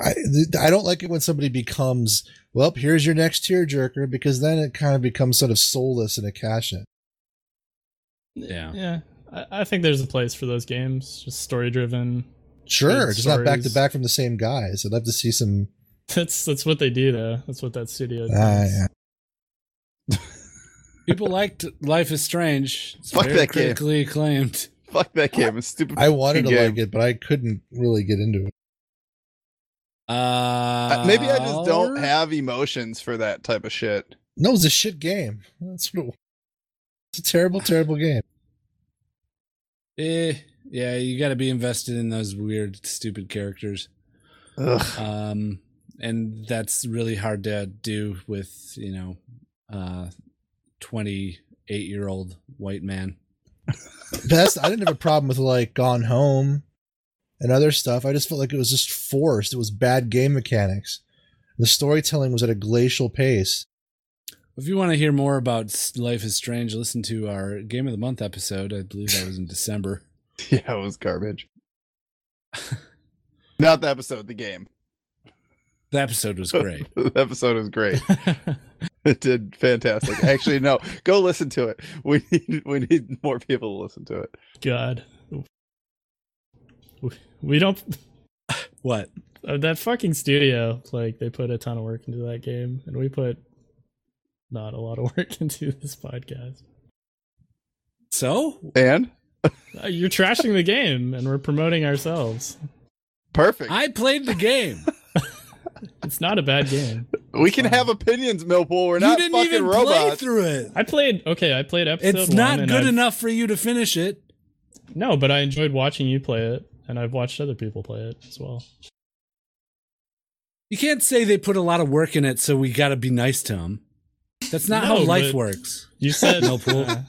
S3: I I don't like it when somebody becomes well. Here's your next tearjerker because then it kind of becomes sort of soulless and a cash in.
S1: Yeah.
S2: Yeah. I, I think there's a place for those games, just story driven.
S3: Sure,
S2: Good
S3: just not back to
S2: stories.
S3: back from the same guys. I'd love to see some.
S2: That's that's what they do though. That's what that studio does.
S3: Ah, yeah.
S1: People liked Life is Strange. It's
S4: Fuck
S1: very
S4: that game.
S1: critically acclaimed.
S4: Fuck that game. It's stupid.
S3: I wanted to
S4: fucking game.
S3: like it, but I couldn't really get into it.
S1: Uh,
S4: Uh, Maybe I just don't
S1: or-
S4: have emotions for that type of shit.
S3: No, it was a shit game. That's what it was. It's a terrible, terrible game.
S1: Eh, yeah, you got to be invested in those weird, stupid characters.
S4: Ugh.
S1: Um, and that's really hard to do with, you know, uh, 28 year old white man.
S3: That's I didn't have a problem with like Gone Home and other stuff. I just felt like it was just forced. It was bad game mechanics. The storytelling was at a glacial pace.
S1: If you want to hear more about S- Life is Strange, listen to our Game of the Month episode. I believe that was in December.
S4: Yeah, it was garbage. Not the episode, the game.
S1: The episode was great.
S4: The episode was great. It did fantastic. Actually, no, go listen to it. We need we need more people to listen to it.
S2: God. We- We don't
S1: What?
S2: uh, that fucking studio, like they put a ton of work into that game and we put not a lot of work into this podcast.
S1: So?
S4: And
S2: Uh, You're trashing the game and we're promoting ourselves.
S4: perfect.
S1: I played the game.
S2: It's not a bad game.
S4: we can have opinions, Millpool. We're
S1: you
S4: not
S1: didn't
S4: fucking
S1: even play
S4: robots.
S1: through it.
S2: I played okay, I played episode
S1: It's
S2: one
S1: not
S2: and
S1: good
S2: I've-
S1: enough for you to finish it.
S2: No, but I enjoyed watching you play it and I've watched other people play it as well.
S1: You can't say they put a lot of work in it, so we got to be nice to them. That's not how
S2: No,
S1: life
S2: but-
S1: works.
S2: You said
S1: No pool.
S2: Uh,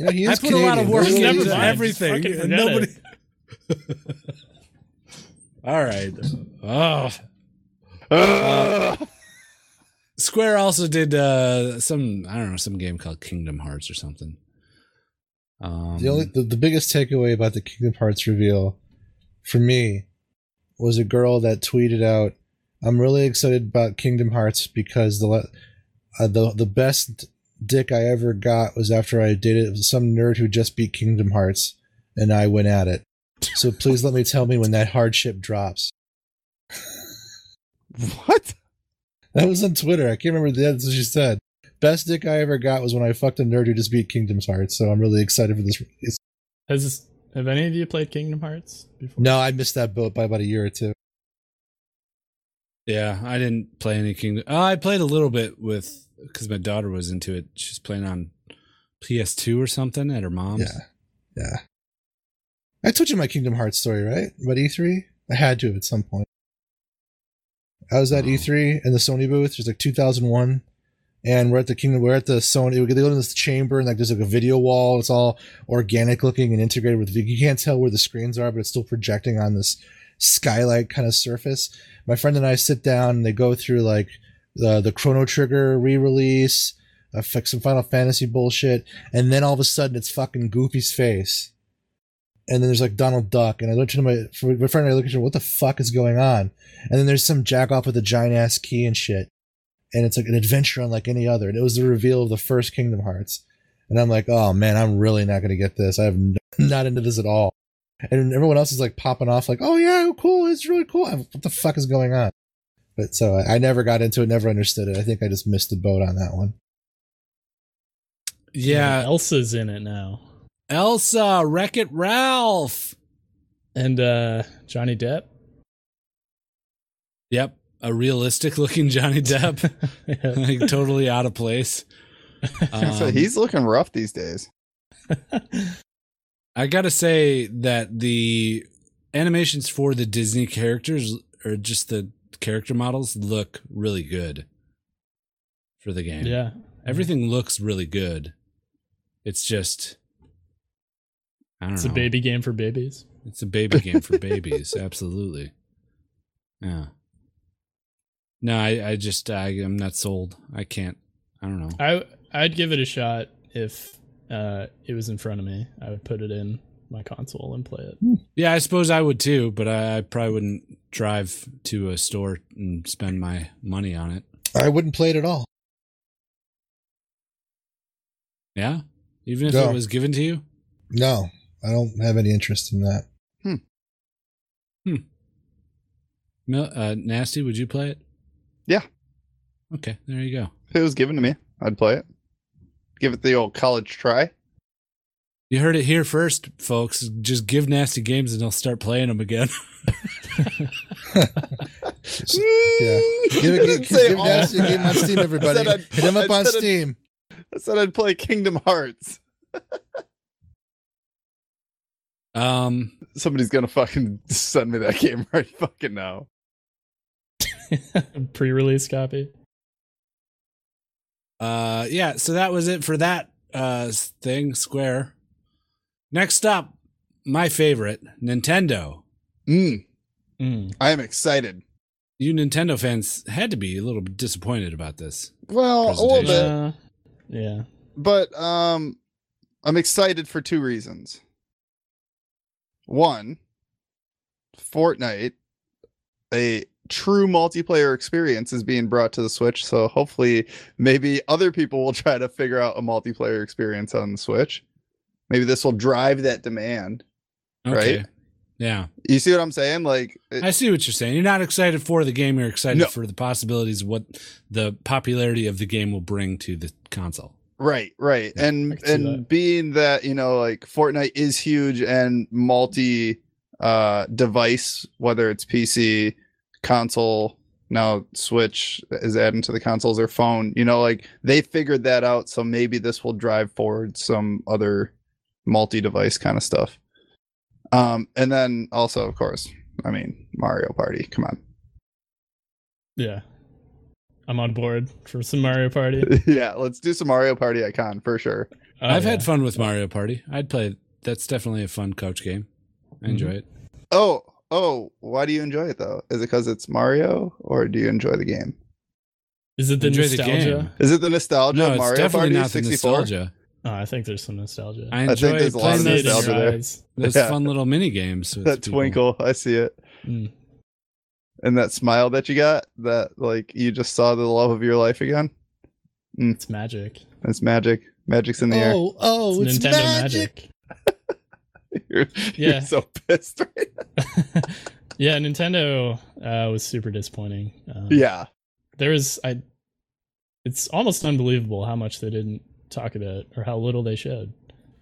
S3: You know, he is
S1: I put a lot of
S3: Canadian.
S1: work
S3: There's
S2: Just
S3: no
S1: into
S2: never
S3: reason.
S2: mind.
S1: everything.
S2: Just
S1: and
S2: fucking forget
S1: nobody. All right. Oh.
S4: Ugh.
S1: Square also did uh, some I don't know some game called Kingdom Hearts or something. Um,
S3: The only the, the biggest takeaway about the Kingdom Hearts reveal for me was a girl that tweeted out, "I'm really excited about Kingdom Hearts because the le- uh, the the best dick I ever got was after I dated some nerd who just beat Kingdom Hearts, and I went at it. So please let me tell me when that hardship drops."
S4: What?
S3: That was on Twitter. I can't remember the that's what she said. Best dick I ever got was when I fucked a nerd who just beat Kingdom Hearts. So I'm really excited for this release.
S2: Has have any of you played Kingdom Hearts before?
S3: No, I missed that boat by about a year or two.
S1: Yeah, I didn't play any Kingdom. Oh, I played a little bit with because my daughter was into it. She's playing on PS2 or something at her mom's.
S3: Yeah. Yeah. I told you my Kingdom Hearts story, right? About E3? I had to have at some point. I was at
S1: Oh.
S3: E3 in the Sony booth. There's like 2001. And we're at the Kingdom, we're at the Sony, we they go to this chamber and like there's like a video wall. It's all organic looking and integrated with, you can't tell where the screens are, but it's still projecting on this skylight kind of surface. My friend and I sit down and they go through like the, the Chrono Trigger re release, uh, fi- some Final Fantasy bullshit, and then all of a sudden it's fucking Goofy's face. And then there's like Donald Duck, and I look to my, for my friend, and I look at him, what the fuck is going on? And then there's some jack off with a giant ass key and shit. And it's like an adventure unlike any other. And it was the reveal of the first Kingdom Hearts. And I'm like, oh man, I'm really not going to get this. I'm not into this at all. And everyone else is like popping off, like, oh yeah, cool. It's really cool. I'm, what the fuck is going on? But so I, I never got into it, never understood it. I think I just missed the boat on that one.
S1: Yeah,
S2: Elsa's in it now,
S1: Elsa, Wreck It Ralph.
S2: and uh Johnny Depp.
S1: Yep, a realistic looking Johnny Depp,
S2: Yeah.
S1: like totally out of place.
S4: so
S1: Um,
S4: he's looking rough these days.
S1: I gotta say that the animations for the Disney characters or just the character models look really good for the game.
S2: yeah.
S1: everything looks really good. It's just, I don't
S2: It's
S1: know.
S2: a baby game for babies.
S1: It's a baby game for babies. Absolutely. Yeah. No, I, I just, I, I'm not sold. I can't. I don't know.
S2: I I'd give it a shot if uh it was in front of me. I would put it in my console and play it.
S1: Yeah, I suppose I would too, but I, I probably wouldn't drive to a store and spend my money on it.
S3: I wouldn't play it at all.
S1: Yeah. Even if
S3: No.
S1: it was given to you.
S3: No, I don't have any interest in that.
S1: Mil- Uh, Nasty, would you play it?
S4: Yeah.
S1: Okay. There you go.
S4: If it was given to me, I'd play it. Give it the old college try.
S1: You heard it here first, folks. Just give nasty games and they'll start playing them again.
S3: Yeah. Give,
S4: I
S3: it, give,
S4: didn't say
S3: give
S4: all
S3: Nasty a
S4: that.
S3: game on Steam, everybody.
S4: I said I'd-
S3: Hit him up
S4: I
S3: on
S4: said I'd-
S3: Steam.
S4: I said I'd play Kingdom Hearts.
S1: Um,
S4: Somebody's gonna fucking send me that game right fucking now.
S2: Pre-release copy.
S1: uh, yeah, so that was it for that uh thing, Square. Next up, my favorite, Nintendo.
S4: Mm,
S2: Mm.
S4: I am excited.
S1: You Nintendo fans had to be a little bit disappointed about this.
S4: Well, a little
S1: Presentation.
S4: bit,
S2: Uh, yeah.
S4: but um, I'm excited for two reasons. One, Fortnite, a true multiplayer experience is being brought to the Switch, so hopefully, maybe other people will try to figure out a multiplayer experience on the Switch. Maybe this will drive that demand.
S1: Okay.
S4: Right.
S1: Yeah.
S4: You see what I'm saying? Like, it-
S1: I see what you're saying. You're not excited for the game, you're excited
S4: No.
S1: for the possibilities of what the popularity of the game will bring to the console.
S4: Right, right.
S1: Yeah,
S4: and
S2: I can see
S4: and
S2: that.
S4: being that, you know, like Fortnite is huge and multi uh device, whether it's PC, console, now Switch is adding to the consoles or phone, you know, like they figured that out, so maybe this will drive forward some other multi device kind of stuff. Um and then also of course, I mean Mario Party, come on.
S2: Yeah. I'm on board for some Mario Party.
S4: yeah, let's do some Mario Party icon for sure.
S2: Oh,
S1: I've
S2: yeah.
S1: had fun with Mario Party. I'd play it. That's definitely a fun couch game.
S4: Mm-hmm.
S1: I enjoy it.
S4: Oh, oh, why do you enjoy it though? Is it because it's Mario or do you enjoy the game?
S2: Is it the
S1: Enjoy the
S2: nostalgia?
S1: game.
S4: Is it the nostalgia
S1: No,
S4: of
S1: it's
S4: Oh, Mario
S1: definitely
S4: Party
S1: not the
S4: 64?
S1: nostalgia.
S2: Oh, I think there's some nostalgia.
S1: I
S4: I think
S1: enjoy
S4: there's a lot
S1: playing
S4: of
S2: See it
S1: those,
S2: in your
S4: nostalgia there.
S2: eyes.
S1: those
S4: Yeah.
S1: fun little mini games. with
S4: That
S1: people.
S4: twinkle, I see it.
S2: Mm.
S4: and that smile that you got that like you just saw the love of your life again
S2: It's magic.
S4: that's magic magic's in the air
S3: Oh, oh, it's,
S2: Nintendo
S3: magic.
S2: magic.
S4: you're, you're
S2: Yeah.
S4: so pissed right now.
S2: yeah, Nintendo uh, was super disappointing. Um,
S4: yeah
S2: there is I. It's almost unbelievable how much they didn't talk about or how little they showed.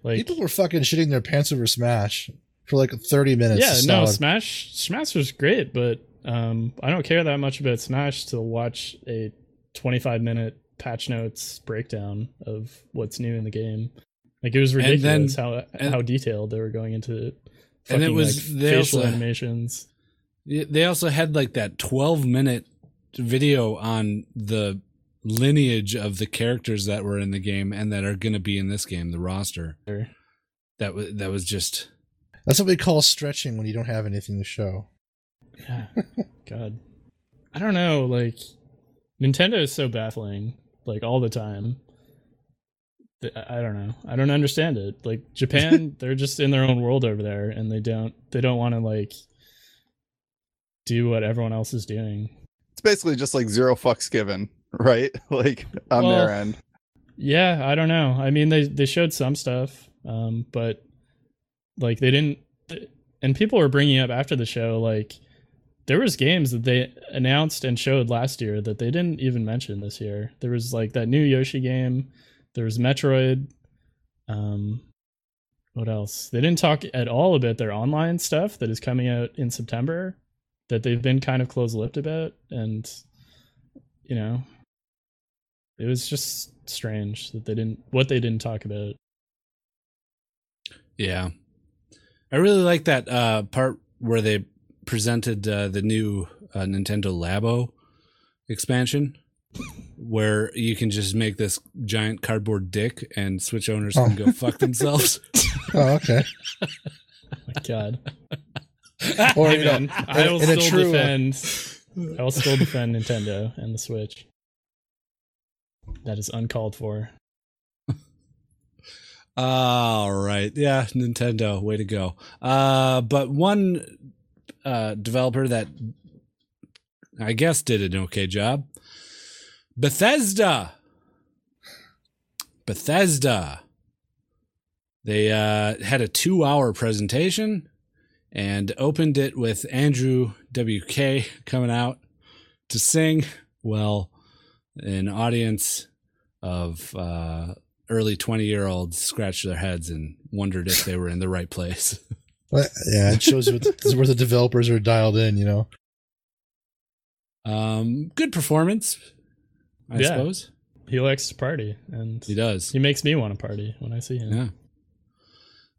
S2: Like
S3: People were fucking shitting their pants over Smash for like 30 minutes.
S2: yeah, no,
S3: solid.
S2: Smash Smash was great, but um, I don't care that much about Smash to watch a 25 minute patch notes breakdown of what's new in the game. Like it was
S1: And then-
S2: ridiculous how
S1: and-
S2: how detailed they were going into
S1: And
S2: fucking,
S1: it was-
S2: like,
S1: they
S2: facial
S1: also-
S2: animations.
S1: Yeah, They also had like that 12 minute video on the lineage of the characters that were in the game and that are going to be in this game, the roster.
S2: Sure.
S1: That was that was just
S3: That's what we call stretching when you don't have anything to show.
S2: Yeah. God. I don't know, like Nintendo is so baffling, like all the time. Th- I I don't know. I don't understand it. Like Japan, they're just in their own world over there and they don't they don't want to like do what everyone else is doing.
S4: it's basically just like zero fucks given right like on
S2: Well,
S4: their end
S2: Yeah, I don't know. I mean, they they showed some stuff, um, but like they didn't. th- And people were bringing up after the show, like there was games that they announced and showed last year that they didn't even mention this year. There was like that new Yoshi game. There was Metroid. Um, what else? They didn't talk at all about their online stuff that is coming out in September, that they've been kind of close-lipped about, and you know, it was just strange that they didn't what they didn't talk about.
S1: yeah. I really like that uh part where they presented uh, the new uh, Nintendo Labo expansion where you can just make this giant cardboard dick and switch owners can go fuck themselves.
S3: Oh, okay.
S2: My God,
S3: Or,
S2: Hey,
S3: you know,
S2: man, I
S3: in-
S2: will
S3: in a
S2: still
S3: true, uh,
S2: defend. I will still defend Nintendo and the Switch. That is uncalled for.
S1: All right. Yeah, Nintendo, way to go. Uh but one uh developer that I guess did an okay job. Bethesda. Bethesda. They uh had a 2-hour presentation and opened it with Andrew WK coming out to sing well an audience of uh early 20 year olds scratched their heads and wondered if they were in the right place.
S3: But, yeah, it shows you what this is where the developers are dialed in, you know.
S1: Um, good performance, I
S2: Yeah.
S1: suppose.
S2: He likes to party, and
S1: He does.
S2: he makes me want to party when I see him.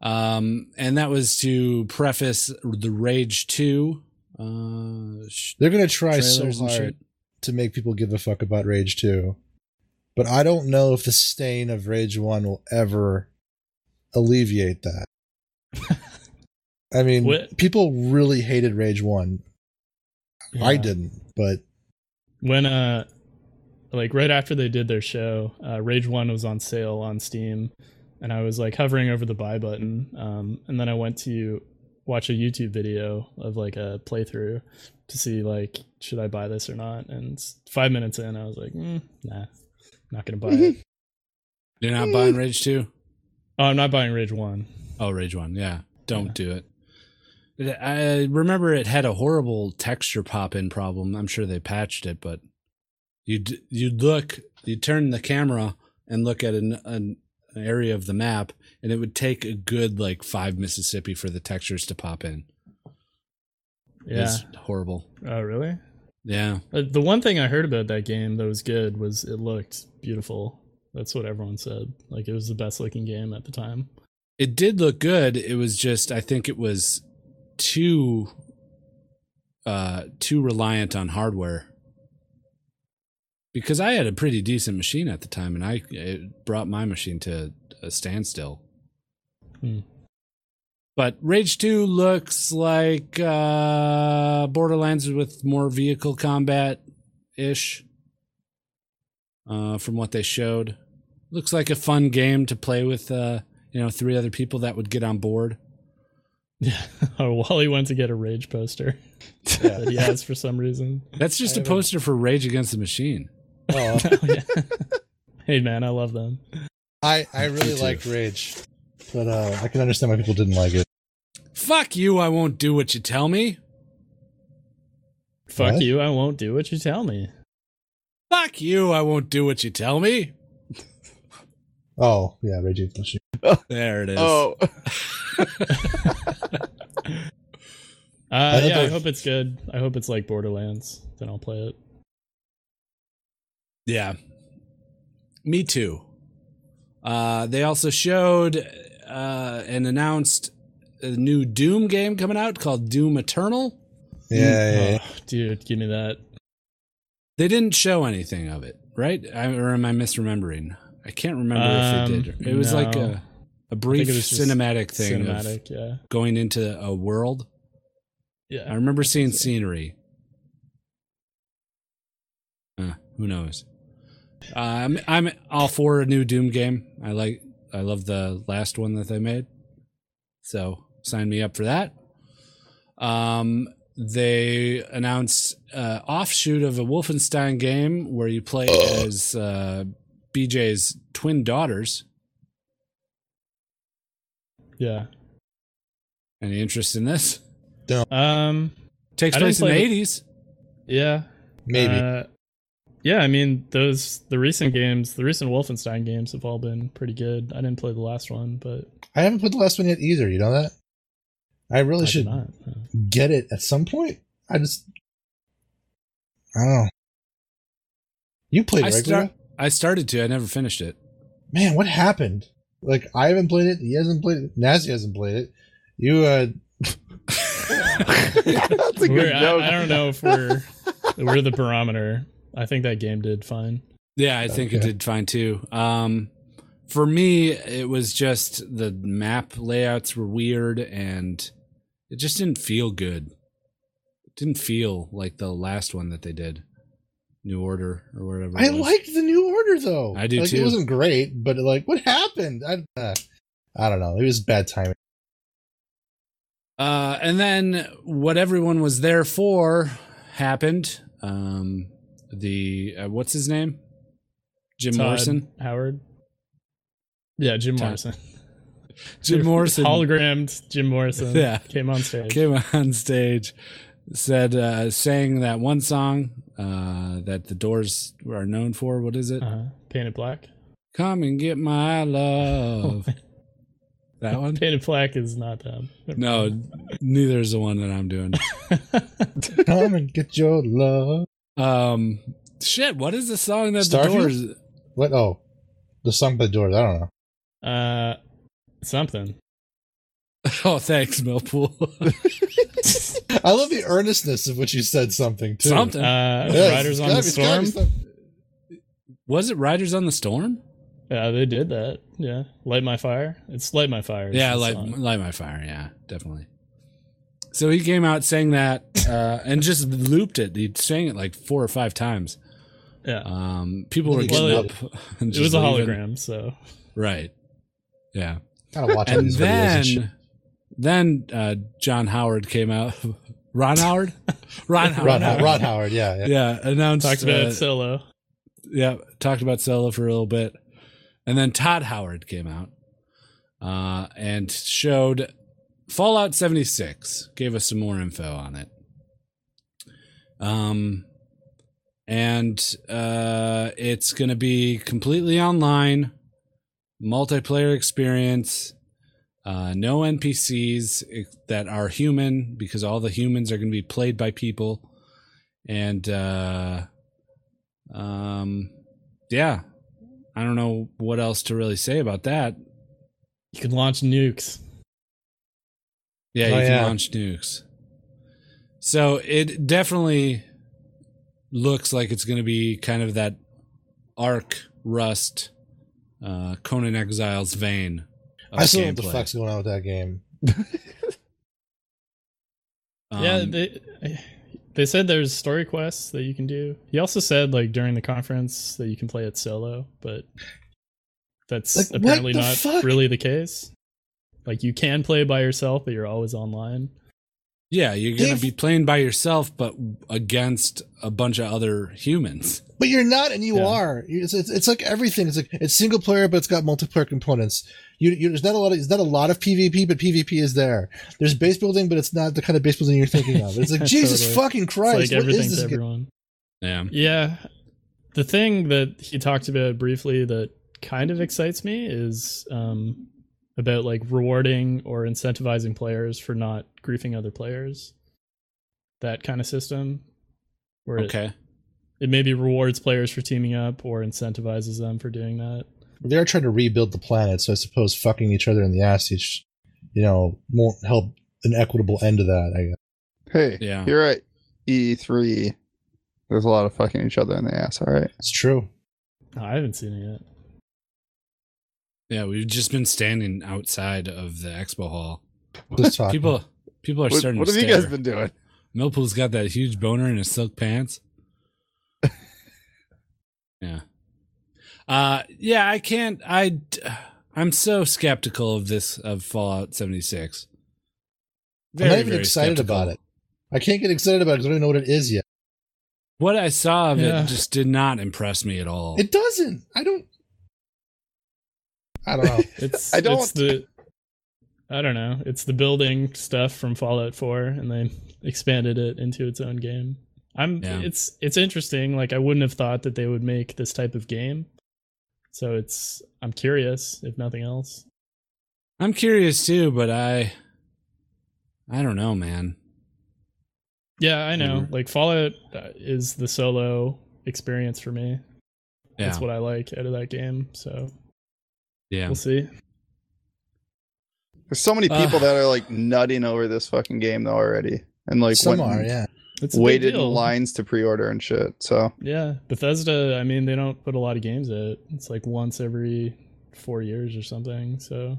S1: Yeah. Um, and that was to preface the Rage 2. Uh, sh-
S3: They're going to try so
S1: trailers and
S3: hard
S1: shit.
S3: to make people give a fuck about Rage 2. But I don't know if the stain of Rage 1 will ever alleviate that. I mean,
S2: What-
S3: people really hated Rage 1. I
S2: Yeah.
S3: didn't, but
S2: when uh like right after they did their show uh, rage one was on sale on steam and i was like hovering over the buy button um, and then i went to watch a youtube video of like a playthrough to see like should i buy this or not and s- five minutes in i was like mm, nah not gonna buy it
S1: You're not buying Rage 2?
S2: oh i'm not buying rage one
S1: Oh, Rage 1. Yeah. Don't
S2: Yeah.
S1: do it. I remember it had a horrible texture pop in problem. I'm sure they patched it, but you'd, you'd look, you'd turn the camera and look at an, an area of the map, and it would take a good like five Mississippi for the textures to pop in. It
S2: yeah
S1: was horrible.
S2: oh really
S1: Yeah.
S2: Uh, the one thing i heard about that game that was good was it looked beautiful that's what everyone said like it was the best looking game at the time
S1: It did look good. It was just, I think it was too, uh, too reliant on hardware. Because I had a pretty decent machine at the time, and I it brought my machine to a standstill.
S2: Hmm.
S1: But Rage Two looks like uh, Borderlands with more vehicle combat ish. Uh, from what they showed, looks like a fun game to play with. Uh, you know, three other people that would get on board.
S2: Yeah. Oh, Wally went to get a rage poster that he has for some reason.
S1: That's just a
S3: I haven't-
S1: poster for Rage Against the Machine.
S3: Oh,
S2: Oh, yeah. hey man, I love them.
S3: I I really
S1: Me too.
S3: liked Rage, but uh, I can understand why people didn't like it.
S1: Fuck you, I won't do what you tell me.
S2: Fuck
S3: What?
S2: you, I won't do what you tell me.
S1: Fuck you, I won't do what you tell me.
S3: Oh yeah, Rage Against the Machine.
S1: There it is.
S4: Oh,
S2: Uh,
S3: thought
S2: yeah, I
S3: that-
S2: hope it's good. I hope it's like Borderlands. Then I'll play it.
S1: Yeah. Me too. Uh, they also showed uh, and announced a new Doom game coming out called Doom Eternal.
S3: Yeah, yeah, yeah.
S2: Oh, dude, give me that.
S1: They didn't show anything of it, right? I, or am I misremembering? I can't remember
S2: Um,
S1: if they did. It was like
S2: no.
S1: a, a brief
S2: was just
S1: cinematic thing of
S2: Cinematic, yeah.
S1: going into a world. I
S2: Yeah.
S1: remember seeing scenery. Uh, who knows? Uh, I'm I'm all for a new Doom game. I like I love the last one that they made. So sign me up for that. Um, they announced uh, offshoot of a Wolfenstein game where you play as uh, BJ's twin daughters.
S2: Yeah.
S1: Any interest in this?
S2: Um
S1: Takes
S2: I didn't
S1: place in the
S2: play the-
S1: eighties.
S2: yeah.
S3: maybe.
S2: Uh, yeah, I mean those the recent games, the recent Wolfenstein games have all been pretty good. I didn't play the last one, but
S3: I haven't put the last one yet either. You know that? I really
S2: I did
S3: should
S2: not.
S3: get it at some point. I just, I don't know. You played
S1: I,
S3: regular,
S1: start, I started to. I never finished it.
S3: man. What happened? Like I haven't played it. He hasn't played it. Nazi hasn't played it. You, uh,
S4: that's a
S2: We're-
S4: good joke.
S2: I, I don't know if we're we're the barometer. I think that game did fine.
S1: Yeah, I think it
S3: Okay.
S1: did fine too. Um, for me, it was just the map layouts were weird and it just didn't feel good. It didn't feel like the last one that they did, New Order or whatever.
S3: I
S1: it was.
S3: liked the new order though.
S1: I do,
S3: like,
S1: too.
S3: It wasn't great, but like, what happened? I, uh, I don't know. It was bad timing.
S1: Uh, and then what everyone was there for happened. Um, the uh, what's his name? Jim
S2: Todd
S1: Morrison.
S2: Howard. Yeah, Jim
S1: Todd.
S2: Morrison.
S1: Jim Morrison.
S2: hologrammed Jim Morrison.
S1: Yeah.
S2: came on stage.
S1: came on stage, said, uh, sang that one song uh, that the Doors are known for. What is it?
S2: Uh-huh. Painted black.
S1: Come and get my love. Oh, that one?
S2: Painted black is not um, them.
S1: No, neither is the one that I'm doing.
S3: Come and get your love.
S1: Um, shit, what is the song that
S3: Starfield?
S1: the Doors?
S3: What? Oh, the song by the doors. I don't know.
S2: Uh, something.
S1: Oh, thanks, Millpool.
S3: I love the earnestness of which you said something too.
S1: Something.
S2: Uh,
S3: Yeah,
S2: Riders
S3: it's
S2: on
S3: gotta
S2: the
S3: be- it's
S2: Storm.
S3: gotta be something.
S1: Was it Riders on the Storm?
S2: Yeah, they did that. Yeah, Light My Fire. It's Light My Fire. is
S1: Yeah,
S2: the
S1: light,
S2: song.
S1: light my fire. Yeah, definitely. So he came out saying that uh, and just looped it. He sang it like four or five times.
S2: yeah.
S1: Um, people were
S3: Well,
S1: getting
S2: it-
S1: up. And
S2: it
S1: just
S2: was a
S1: leaving.
S2: hologram, so
S1: right? Yeah,
S3: Gotta watch all
S1: and
S3: these videos and shit.
S1: then then uh, John Howard came out. Ron Howard, Ron Howard,
S3: Ron, Howard. Ron Howard, yeah, yeah.
S1: yeah, announced.
S2: talked about
S1: uh,
S2: it solo.
S1: yeah, talked about Sella for a little bit, and then Todd Howard came out uh, and showed Fallout 76. Gave us some more info on it. Um, and uh, it's going to be completely online, multiplayer experience. Uh, no NPCs ex- that are human because all the humans are going to be played by people, and uh, um, yeah, I don't know what else to really say about that.
S2: You could launch nukes.
S1: Yeah, you
S3: Oh,
S1: can
S3: yeah.
S1: launch nukes. So it definitely looks like it's going to be kind of that Ark Rust, uh, Conan Exiles vein. Of
S3: I still don't know what
S1: gameplay.
S3: the fuck's going on with that game.
S1: Um,
S2: yeah, they they said there's story quests that you can do. He also said like during the conference that you can play it solo, but that's
S3: Like, what
S2: apparently
S3: the
S2: not
S3: fuck?
S2: really the case. Like you can play by yourself, but you're always online.
S1: Yeah, you're gonna
S3: If-
S1: be playing by yourself, but against a bunch of other humans.
S3: But you're not, and you
S2: Yeah.
S3: are. It's, it's, it's like everything. It's like it's single player, but it's got multiplayer components. You, you there's not a lot of there's not a lot of PvP, but PvP is there. There's base building, but it's not the kind of base building you're thinking of. It's like Jesus
S2: Totally.
S3: fucking Christ,
S2: it's like
S3: what is
S2: everything
S3: this?
S2: to
S3: game?
S2: everyone.
S1: Yeah,
S2: Yeah. The thing that he talked about briefly that kind of excites me is um, about like rewarding or incentivizing players for not griefing other players. That kind of system. Where it-
S1: okay.
S2: it maybe rewards players for teaming up or incentivizes them for doing that.
S3: They are trying to rebuild the planet, so I suppose fucking each other in the ass each, you know, won't help an equitable end to that. I guess.
S4: Hey,
S1: Yeah.
S4: you're at E3. There's a lot of fucking each other in the ass. All right.
S3: It's true.
S2: No, I haven't seen it yet.
S1: Yeah, we've just been standing outside of the expo hall.
S3: Just talking.
S1: People, people are
S4: What,
S1: starting
S4: what
S1: to
S4: have you
S1: stare.
S4: guys been doing?
S1: Millpool's got that huge boner in his silk pants. yeah. Uh yeah, I can't I I'm so skeptical of this of Fallout 76.
S3: I'm not even excited about it. I can't get excited about it because I don't even know what it is yet.
S1: What I saw of
S2: Yeah.
S1: it just did not impress me at all.
S3: It doesn't. I don't. I don't know.
S2: It's
S4: I don't-
S2: it's the I don't know. It's the building stuff from Fallout 4 and they expanded it into its own game. I'm
S1: Yeah.
S2: it's it's interesting. Like I wouldn't have thought that they would make this type of game. So it's I'm curious if nothing else.
S1: I'm curious too, but I I don't know, man.
S2: Yeah, I know.
S1: Mhm.
S2: Like Fallout uh, is the solo experience for me.
S1: Yeah.
S2: That's what I like out of that game. So
S1: yeah.
S2: we'll see.
S4: There's so many people
S1: Uh.
S4: that are like nutting over this fucking game though already, and like
S3: Some
S4: went
S3: are,
S4: and
S3: yeah.
S2: It's a big
S4: waited in
S2: deal.
S4: lines to pre-order and shit. So
S2: Yeah, Bethesda. I mean, they don't put a lot of games out. It's like once every four years or something. So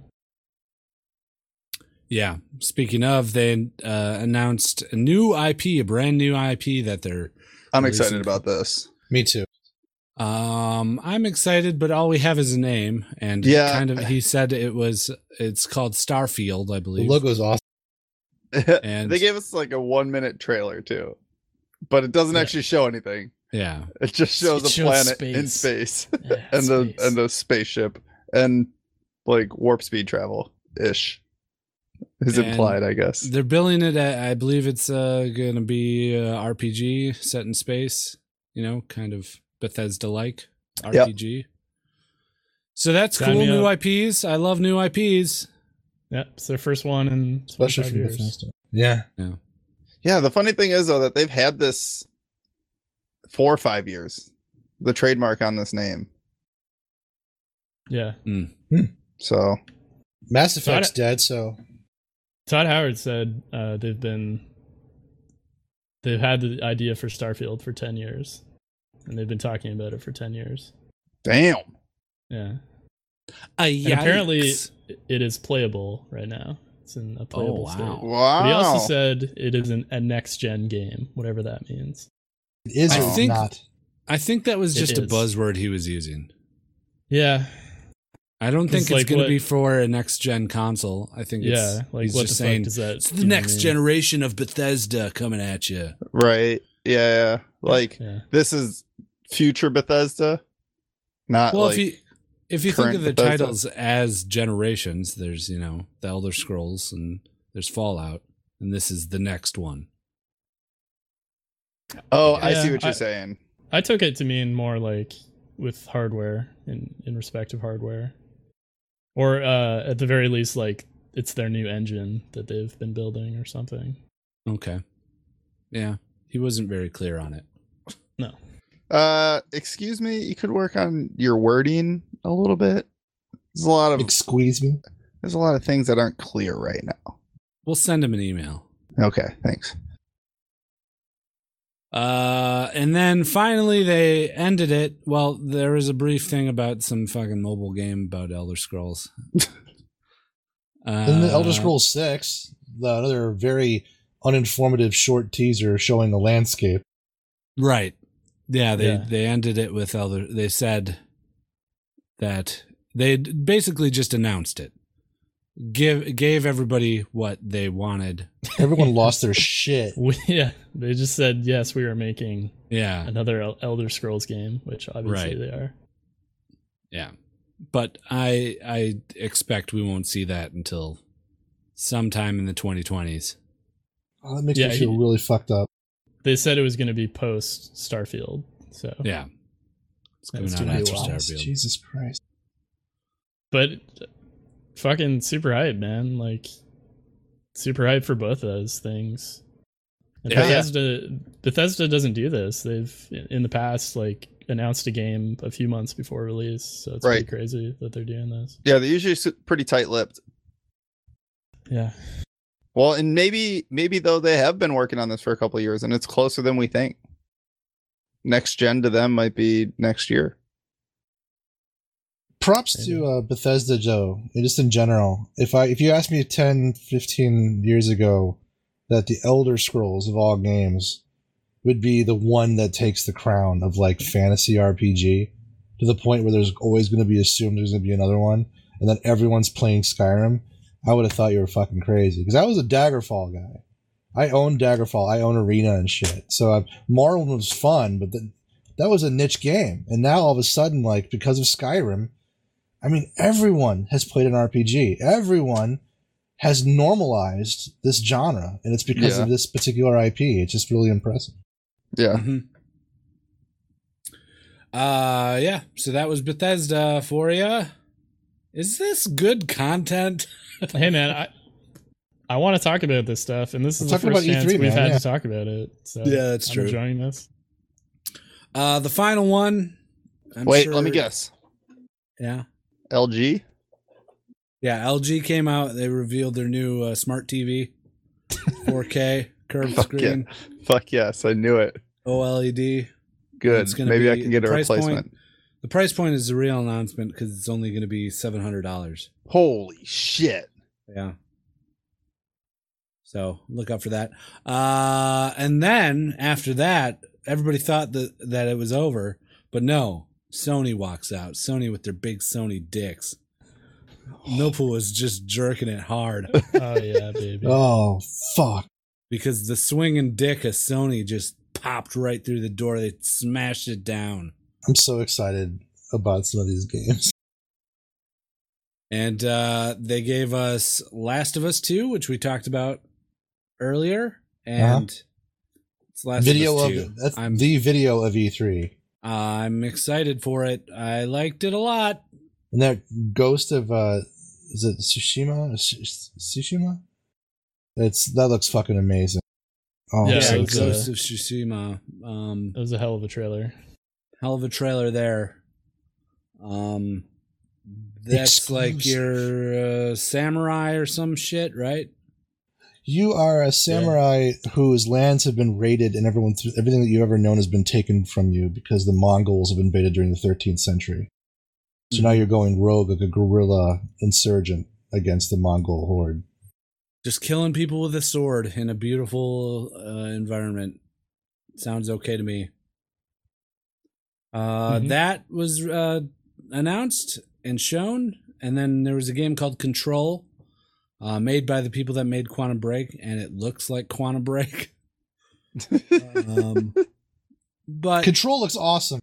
S1: Yeah. Speaking of, they uh, announced a new IP, a brand new IP that they're
S4: I'm
S1: Releasing
S4: excited about this.
S3: Me too.
S1: Um, I'm excited, but all we have is a name, and
S4: Yeah.
S1: kind of. He said it was. It's called Starfield, I
S3: The
S1: believe.
S3: logo's awesome.
S1: and
S4: they gave us like a one minute trailer too, but it doesn't
S2: Yeah.
S4: actually show anything.
S1: yeah,
S4: It just shows
S2: It
S4: a
S2: shows
S4: planet in
S2: space.
S4: space and the and the spaceship and like warp speed travel ish is
S1: And
S4: implied, I guess.
S1: they're billing it. At, I believe it's uh, gonna be a RPG set in space. You know, kind of Bethesda like
S4: Yep.
S1: RPG. So that's
S2: Sign
S1: cool.
S2: me
S1: New
S2: up.
S1: IPs. I love new IPs.
S2: yep, it's their first one in
S3: Especially
S2: 25
S3: from
S2: years.
S3: Bethesda. Yeah.
S4: Yeah, the funny thing is though that they've had this four or five years, the trademark on this name.
S2: Yeah,
S4: So
S3: Mass
S2: So I
S3: Effect's dead, so
S2: Todd Howard said uh, they've been they've had the idea for Starfield for ten years, and they've been talking about it for ten years.
S4: damn.
S2: Yeah,
S1: Uh,
S2: and apparently it is playable right now. It's in a playable
S1: wow.
S2: state.
S4: Wow.
S2: But he also said it is an, a next gen game, whatever that means.
S3: it is
S4: I
S3: or
S4: think-
S3: not.
S1: I think that was
S2: It
S1: just a
S2: is.
S1: buzzword he was using.
S2: Yeah,
S1: I don't think
S2: It's
S1: it's
S2: like
S1: going
S2: what-
S1: to be for a next gen console. I think it's,
S2: yeah. Like
S1: he's
S2: what the
S1: just
S2: fuck
S1: saying
S2: does that?
S1: it's the
S2: even
S1: next
S2: mean?
S1: generation of Bethesda coming at you.
S4: Uh, Right. Yeah. Like
S2: Yeah.
S4: this is future Bethesda. Not
S1: Well, if
S4: like
S1: you if you think
S4: current
S1: of the
S4: Bethesda.
S1: titles as generations, there's you know the Elder Scrolls and there's Fallout, and this is the next one.
S4: Oh, I
S2: Yeah,
S4: see what you're
S2: I-
S4: saying.
S2: I took it to mean more like with hardware in in respect of hardware, or uh, at the very least, like it's their new engine that they've been building or something.
S1: Okay, yeah, he wasn't very clear on it.
S2: No,
S4: Uh excuse me, you could work on your wording a little bit. There's a lot of
S3: Excuse me.
S4: there's a lot of things that aren't clear right now.
S1: We'll send him an email.
S4: Okay, thanks.
S1: Uh, and then finally they ended it. Well, there was a brief thing about some fucking mobile game about Elder Scrolls. uh,
S3: and then Elder Scrolls Six, the another very uninformative short teaser showing the landscape.
S1: Right. Yeah, they
S2: Yeah.
S1: they ended it with other they said that they basically just announced it. give gave everybody what they wanted.
S3: Everyone lost their shit.
S2: We, yeah, they just said yes. We are making
S1: Yeah,
S2: another El- Elder Scrolls game, which obviously
S1: Right.
S2: they are.
S1: yeah. But I I expect we won't see that until sometime in the 2020s.
S3: Oh, that makes
S2: Yeah,
S3: me feel
S2: he-
S3: really fucked up.
S2: They said it was going to be post Starfield, so
S1: Yeah, it's
S2: That
S1: coming
S2: was
S1: out
S2: too many
S1: after
S2: lies.
S1: Starfield.
S3: Jesus Christ.
S2: But fucking super hype, man! Like super hype for both of those things. And
S1: Yeah.
S2: Bethesda Bethesda doesn't do this. They've in the past like announced a game a few months before release, so it's
S4: Right.
S2: pretty crazy that they're doing this.
S4: Yeah, they're usually su- pretty tight-lipped.
S2: Yeah,
S4: Well, and maybe maybe though they have been working on this for a couple of years, and it's closer than we think. Next gen to them might be next year.
S3: Props
S2: Maybe.
S3: to uh, Bethesda, Joe, and just in general. If I if you asked me 10, 15 years ago that the Elder Scrolls of all games would be the one that takes the crown of like fantasy RPG to the point where there's always going to be assumed there's going to be another one, and then everyone's playing Skyrim, I would have thought you were fucking crazy because I was a Daggerfall guy. I own Daggerfall. I own Arena and shit. So i Marvel was fun, but the, that was a niche game. And now all of a sudden, like because of Skyrim, I mean, everyone has played an RPG. Everyone has normalized this genre, and it's because
S4: Yeah.
S3: of this particular IP. It's just really impressive.
S4: Yeah.
S1: Mhm. Uh, yeah. So that was Bethesda for you. Is this good content?
S2: hey man, I I want to talk about this stuff, and this is
S3: We're
S2: the
S3: talking
S2: first
S3: about
S2: chance
S3: E3,
S2: we've
S3: man,
S2: had
S3: yeah.
S2: to talk about it. So
S1: Yeah, that's
S2: I'm
S1: true.
S2: Enjoying this.
S1: Uh, the final one. I'm
S4: Wait,
S1: sure-
S4: let me guess.
S1: Yeah.
S4: LG.
S1: Yeah. LG came out. They revealed their new uh, smart TV, 4K curved
S4: Fuck yeah.
S1: screen,
S4: Fuck yes, I knew it.
S1: OLED.
S4: Good.
S1: It's gonna
S4: Maybe I
S1: be-
S4: can get
S1: the
S4: a
S1: price point-
S4: replacement.
S1: The price point is the real announcement because it's only going to be seven hundred dollars.
S4: Holy shit.
S1: Yeah. So look out for that. Uh, and then after that, everybody thought that that it was over, but no. Sony walks out. Sony with their big Sony dicks.
S4: Oh.
S1: Millpool was just jerking it hard
S2: Oh yeah, baby.
S3: Oh fuck!
S1: because the swinging dick of Sony just popped right through the door. They smashed it down.
S3: I'm so excited about some of these games.
S1: And uh, they gave us Last of Us 2, which we talked about earlier. And it's Last
S3: Uh-huh. video
S1: of Us
S3: of
S1: 2.
S3: that's
S1: I'm,
S3: the video of E E3,
S1: I'm excited for it. I liked it a lot.
S3: and that ghost of uh, is it Tsushima? Sh- Tsushima? It's that looks fucking amazing. Oh,
S2: Yeah,
S3: I'm
S1: Yeah,
S3: so
S2: it was, uh,
S3: excited.
S1: Ghost of Tsushima. Um,
S2: That was a hell of a trailer.
S1: hell of a trailer there. Um, that's like your uh, samurai or some shit, right?
S3: You are a samurai whose lands have been raided, and everyone, everything that you've ever known has been taken from you because the Mongols have invaded during the 13th century.
S2: Hmm.
S3: So now you're going rogue, like a guerrilla insurgent against the Mongol horde.
S1: Just killing people with a sword in a beautiful uh, environment sounds okay to me. Uh,
S2: Mhm.
S1: That was uh, announced and shown, and then there was a game called Control, uh, made by the people that made Quantum Break, and it looks like Quantum Break. um, but
S3: Control looks awesome.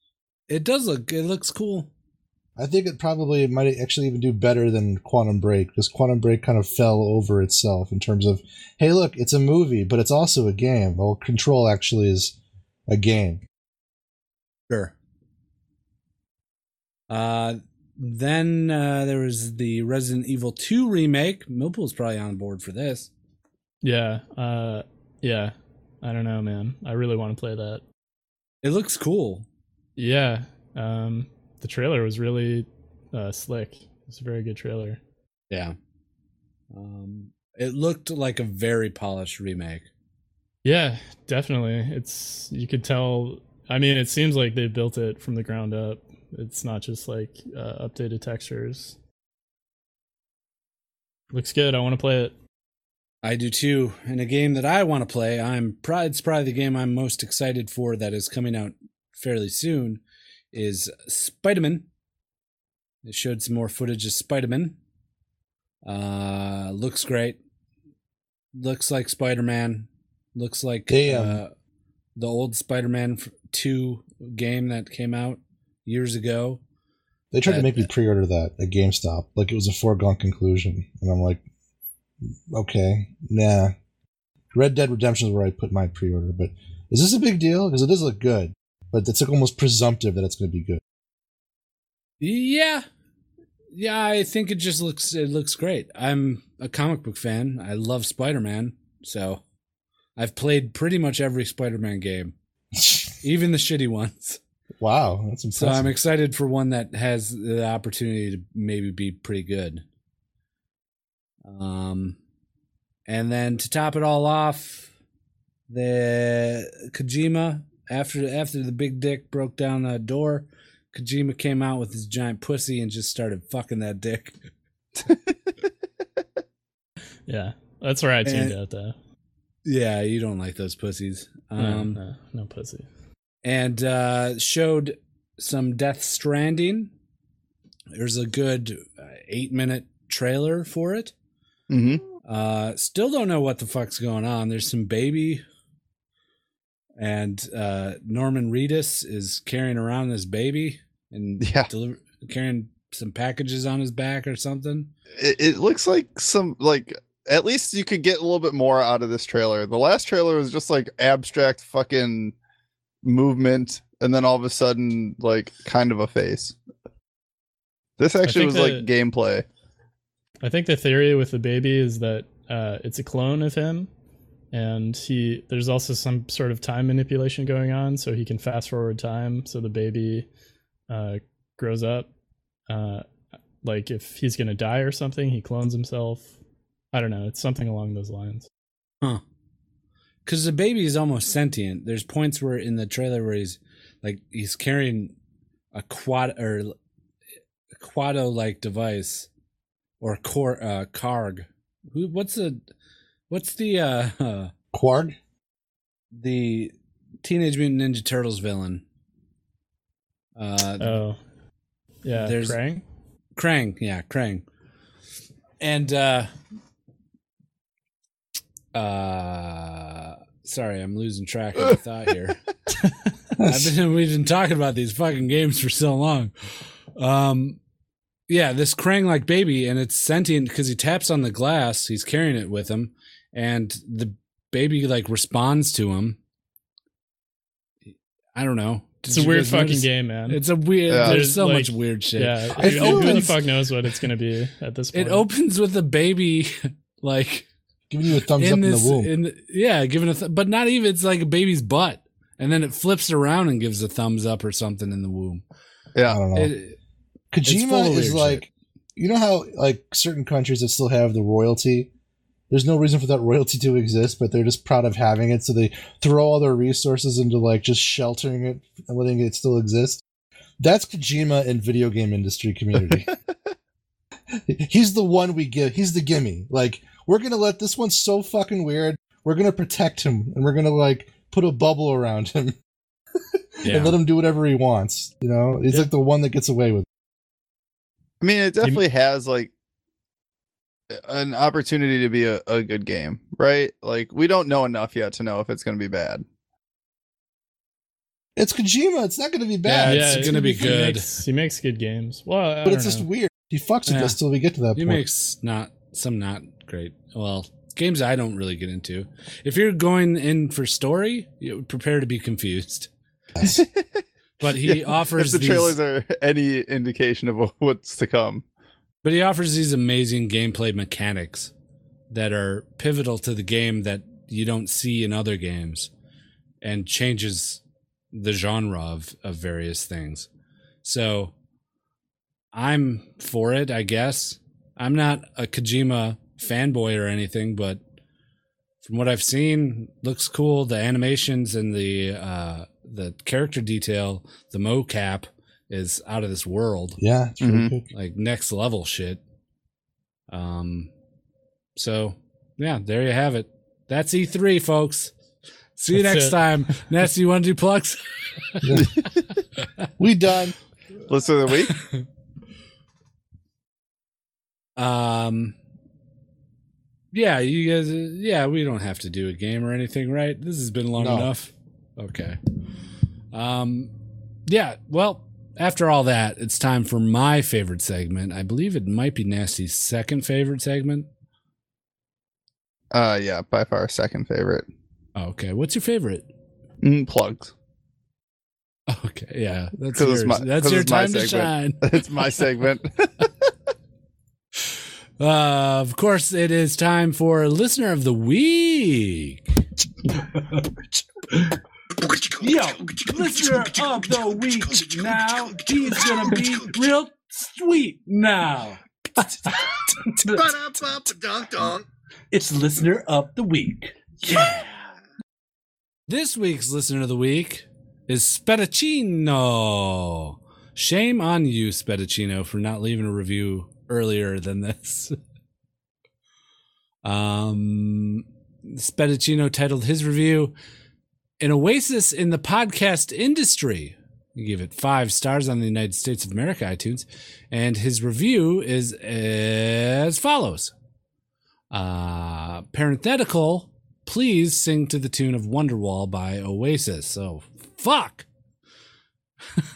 S1: it does look. It looks cool.
S3: I think it probably might actually even do better than Quantum Break because Quantum Break kind of fell over itself in terms of, hey, look, it's a movie, but it's also a game. Well, Control actually is a game.
S1: Sure. Uh, then uh, there was the Resident Evil 2 remake. Millpool's probably on board for this.
S2: Yeah. Uh, yeah. I don't know, man. I really want to play that.
S1: It looks cool.
S2: Yeah. Um, the trailer was really uh, slick. It's a very good trailer.
S1: Yeah. Um, it looked like a very polished remake.
S2: Yeah, definitely. It's you could tell. I mean, it seems like they built it from the ground up. It's not just like uh, updated textures. Looks good. I want to play it.
S1: I do too. And a game that I want to play, I'm probably it's probably the game I'm most excited for that is coming out fairly soon, is Spider-Man. They showed some more footage of Spider-Man. Uh, looks great. Looks like Spider Man. Looks like
S3: They, um,
S1: uh, the old Spider Man 2 game that came out years ago.
S3: They tried
S1: Uh,
S3: to make me pre-order that at GameStop, like it was a foregone conclusion, and I'm like, okay, nah. Red Dead Redemption is where I put my pre-order, but is this a big deal? Because it does look good, but it's like almost presumptive that it's going to be good.
S1: Yeah. Yeah, I think it just looks it looks great. I'm a comic book fan. I love Spider-Man, so I've played pretty much every Spider-Man game, even the shitty ones.
S3: wow, that's
S1: So
S3: impressive.
S1: I'm excited for one that has the opportunity to maybe be pretty good. Um and then to top it all off, the Kojima after after the big dick broke down the door, Kojima came out with his giant pussy and just started fucking that dick.
S2: Yeah, that's where I tuned out though.
S1: Yeah, you don't like those pussies.
S2: No,
S1: Um
S2: no, no pussy.
S1: and uh, showed some Death Stranding. There's a good uh, eight minute trailer for it.
S4: Mm-hmm.
S1: Uh, still don't know what the fuck's going on. There's some baby, and uh, Norman Reedus is carrying around this baby and
S4: Yeah.
S1: deliver- carrying some packages on his back or something.
S4: It, it looks like some like at least you could get a little bit more out of this trailer. The last trailer was just like abstract fucking movement, and then all of a sudden like kind of a face. This actually
S2: think
S4: was
S2: that-
S4: like gameplay.
S2: I think the theory with the baby is that uh, it's a clone of him, and he there's also some sort of time manipulation going on, so he can fast forward time, so the baby uh, grows up. Uh, like if he's gonna die or something, he clones himself. I don't know. It's something along those lines.
S1: Huh. Because the baby is almost sentient. There's points where in the trailer where he's like he's carrying a quad or a quado like device or cor uh carg. Who? What's the what's the uh, uh
S3: Quark,
S1: the Teenage Mutant Ninja Turtles villain? Uh,
S2: Oh, yeah.
S1: There's-
S2: Krang?
S1: Krang, yeah, Krang. And uh uh sorry, I'm losing track of the thought here. I've been we've been talking about these fucking games for so long. Um yeah, this Krang like baby and it's sentient because he taps on the glass, he's carrying it with him, and the baby like responds to him. I don't know. Did
S2: It's a
S1: you
S2: weird
S1: guys
S2: fucking
S1: notice?
S2: game, man.
S1: It's a weird
S4: Yeah.
S1: there's so
S2: Like,
S1: much weird shit.
S2: yeah,
S1: I
S2: who- who the
S1: opens-
S2: fuck knows what it's gonna be at this point?
S1: It opens with a baby, like
S3: giving you a thumbs up
S1: in
S3: in
S1: this,
S3: the womb.
S1: in yeah, giving a th- but not even. It's like a baby's butt, and then it flips around and gives a thumbs up or something in the womb.
S3: I
S4: Yeah,
S3: don't know.
S1: It- full
S3: Kojima
S1: of weird
S3: is
S1: shit.
S3: like, you know how like certain countries that still have the royalty. There's no reason for that royalty to exist, but they're just proud of having it, so they throw all their resources into like just sheltering it and letting it still exist. That's Kojima in video game industry community. he's the one we give. He's the gimme. Like we're gonna let this one so fucking weird. We're gonna protect him, and we're gonna like put a bubble around him
S1: yeah.
S3: and let him do whatever he wants. You know, he's like the one that gets away with. it.
S4: I mean it definitely has like an opportunity to be a, a good game, right? Like we don't know enough yet to know if it's going to be bad.
S3: It's Kojima. It's not going to be
S1: Yeah,
S3: bad.
S1: it's gonna be
S2: he
S1: good.
S2: Makes, he makes good games. Well, I
S3: but
S2: don't
S3: it's just
S2: know.
S3: weird. He fucks with
S1: Yeah.
S3: us till we get to that
S1: He
S3: point.
S1: makes not some not great. Well, games I don't really get into. If you're going in for story, you prepare to be confused. But he
S4: Yeah,
S1: offers
S4: if the
S1: these-
S4: trailers are any indication of what's to come.
S1: But he offers these amazing gameplay mechanics that are pivotal to the game that you don't see in other games and changes the genre of, of various things. So I'm for it, I guess. I'm not a Kojima fanboy or anything, but from what I've seen, looks cool. The animations and the uh, the character detail, the mocap is out of this world
S3: yeah, it's really
S1: Mm-hmm.
S4: Mhm.
S3: good.
S1: like next level shit. Um, so yeah, there you have it. That's E3, folks. See you
S2: That's
S1: next
S2: it.
S1: time. Ness, you want to do plugs?
S3: We done.
S4: Listen of the week.
S1: Um, yeah, you guys. uh, Yeah, we don't have to do a game or anything, right? This has been long
S3: No.
S1: enough. Okay. Um. Yeah. Well, after all that, it's time for my favorite segment. I believe it might be Nasty's second favorite segment.
S4: Uh, yeah, by far second favorite.
S1: Oh, Okay. What's your favorite?
S4: Mm, plugs.
S1: Okay. Yeah. That's
S4: 'Cause it's
S1: yours.
S4: my-
S1: that's
S4: 'cause
S1: your
S4: it's my
S1: time to shine.
S4: segment. It's my segment.
S1: Uh, of course, it is time for listener of the week.
S5: Yo, listener of the week now. He's gonna be real sweet now. it's listener of the week. Yeah.
S1: This week's listener of the week is Spettuccino. Shame on you, Spettuccino, for not leaving a review earlier than this. um, Spettuccino titled his review "An Oasis in the Podcast Industry." He gave it five stars on the United States of America iTunes, and his review is as follows: uh, "Parenthetical." please sing to the tune of Wonderwall by Oasis. So fuck.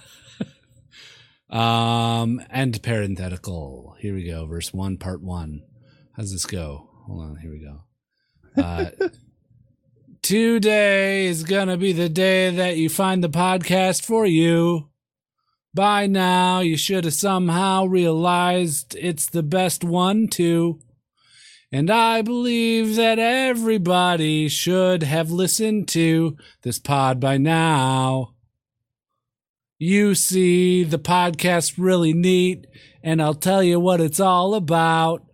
S1: um and parenthetical. Here we go, verse 1 part 1. How's this go? Hold on, here we go. Uh Today is going to be the day that you find the podcast for you. By now, you should have somehow realized it's the best one, too. And I believe that everybody should have listened to this pod by now. You see, the podcast really neat, and I'll tell you what it's all about.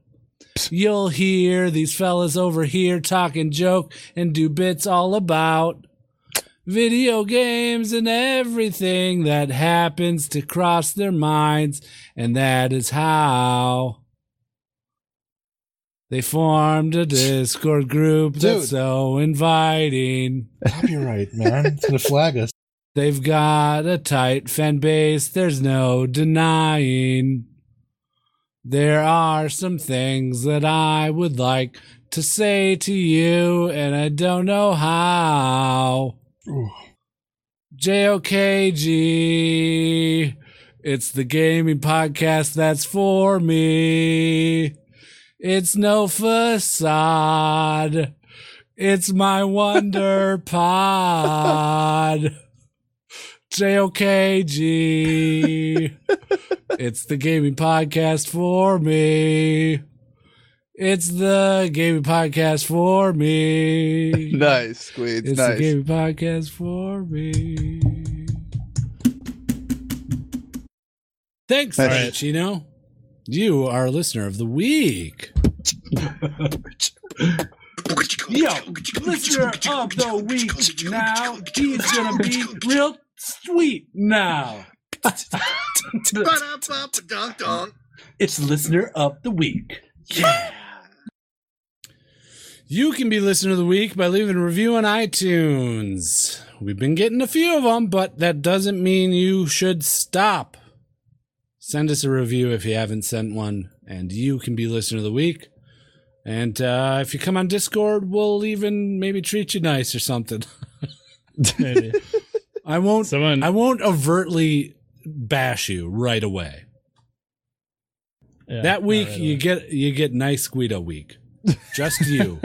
S1: You'll hear these fellas over here talk and joke and do bits all about video games and everything that happens to cross their minds, and that is how. They formed a Discord group that's
S3: Dude.
S1: so inviting.
S3: Copyright, man. It's gonna flag us.
S1: They've got a tight fan base, there's no denying. There are some things that I would like to say to you, and I don't know how.
S3: Ooh.
S1: JOKG, it's the gaming podcast that's for me. It's no facade. It's my wonder pod. JOKG. it's the gaming podcast for me. It's the gaming podcast for me.
S4: nice, Squeeds.
S1: It's,
S4: nice.
S1: the gaming podcast for me. Thanks,
S4: All
S2: right.
S1: Chino. You are a listener of the week.
S5: Yo, listener of the week now. He's gonna be real sweet now. it's listener of the week. Yeah.
S1: You can be listener of the week by leaving a review on iTunes. We've been getting a few of them, but that doesn't mean you should stop. Send us a review if you haven't sent one, and you can be listener of the week. And uh, if you come on Discord, we'll even maybe treat you nice or something.
S2: Maybe
S1: I won't.
S2: someone.
S1: I won't overtly bash you right away.
S2: yeah,
S1: that
S2: not
S1: week,
S2: right
S1: you
S2: away.
S1: get you get nice Guido week. Just you.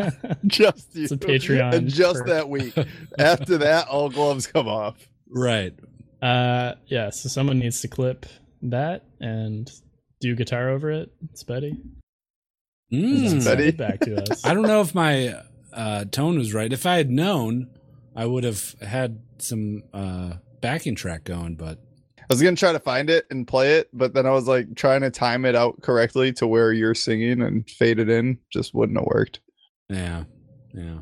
S4: just you.
S2: a Patreon
S4: And just
S2: perk.
S4: that week. After that, all gloves come off.
S1: right.
S2: Uh, yeah. So someone needs to clip that and do guitar over it. It's Betty. And then
S1: Mm.
S2: send
S4: Betty?
S2: it back to us.
S1: I don't know if my uh, tone was right. If I had known, I would have had some uh, backing track going. But
S4: I was gonna try to find it and play it, but then I was like trying to time it out correctly to where you're singing and fade it in. Just wouldn't have worked.
S1: yeah, yeah.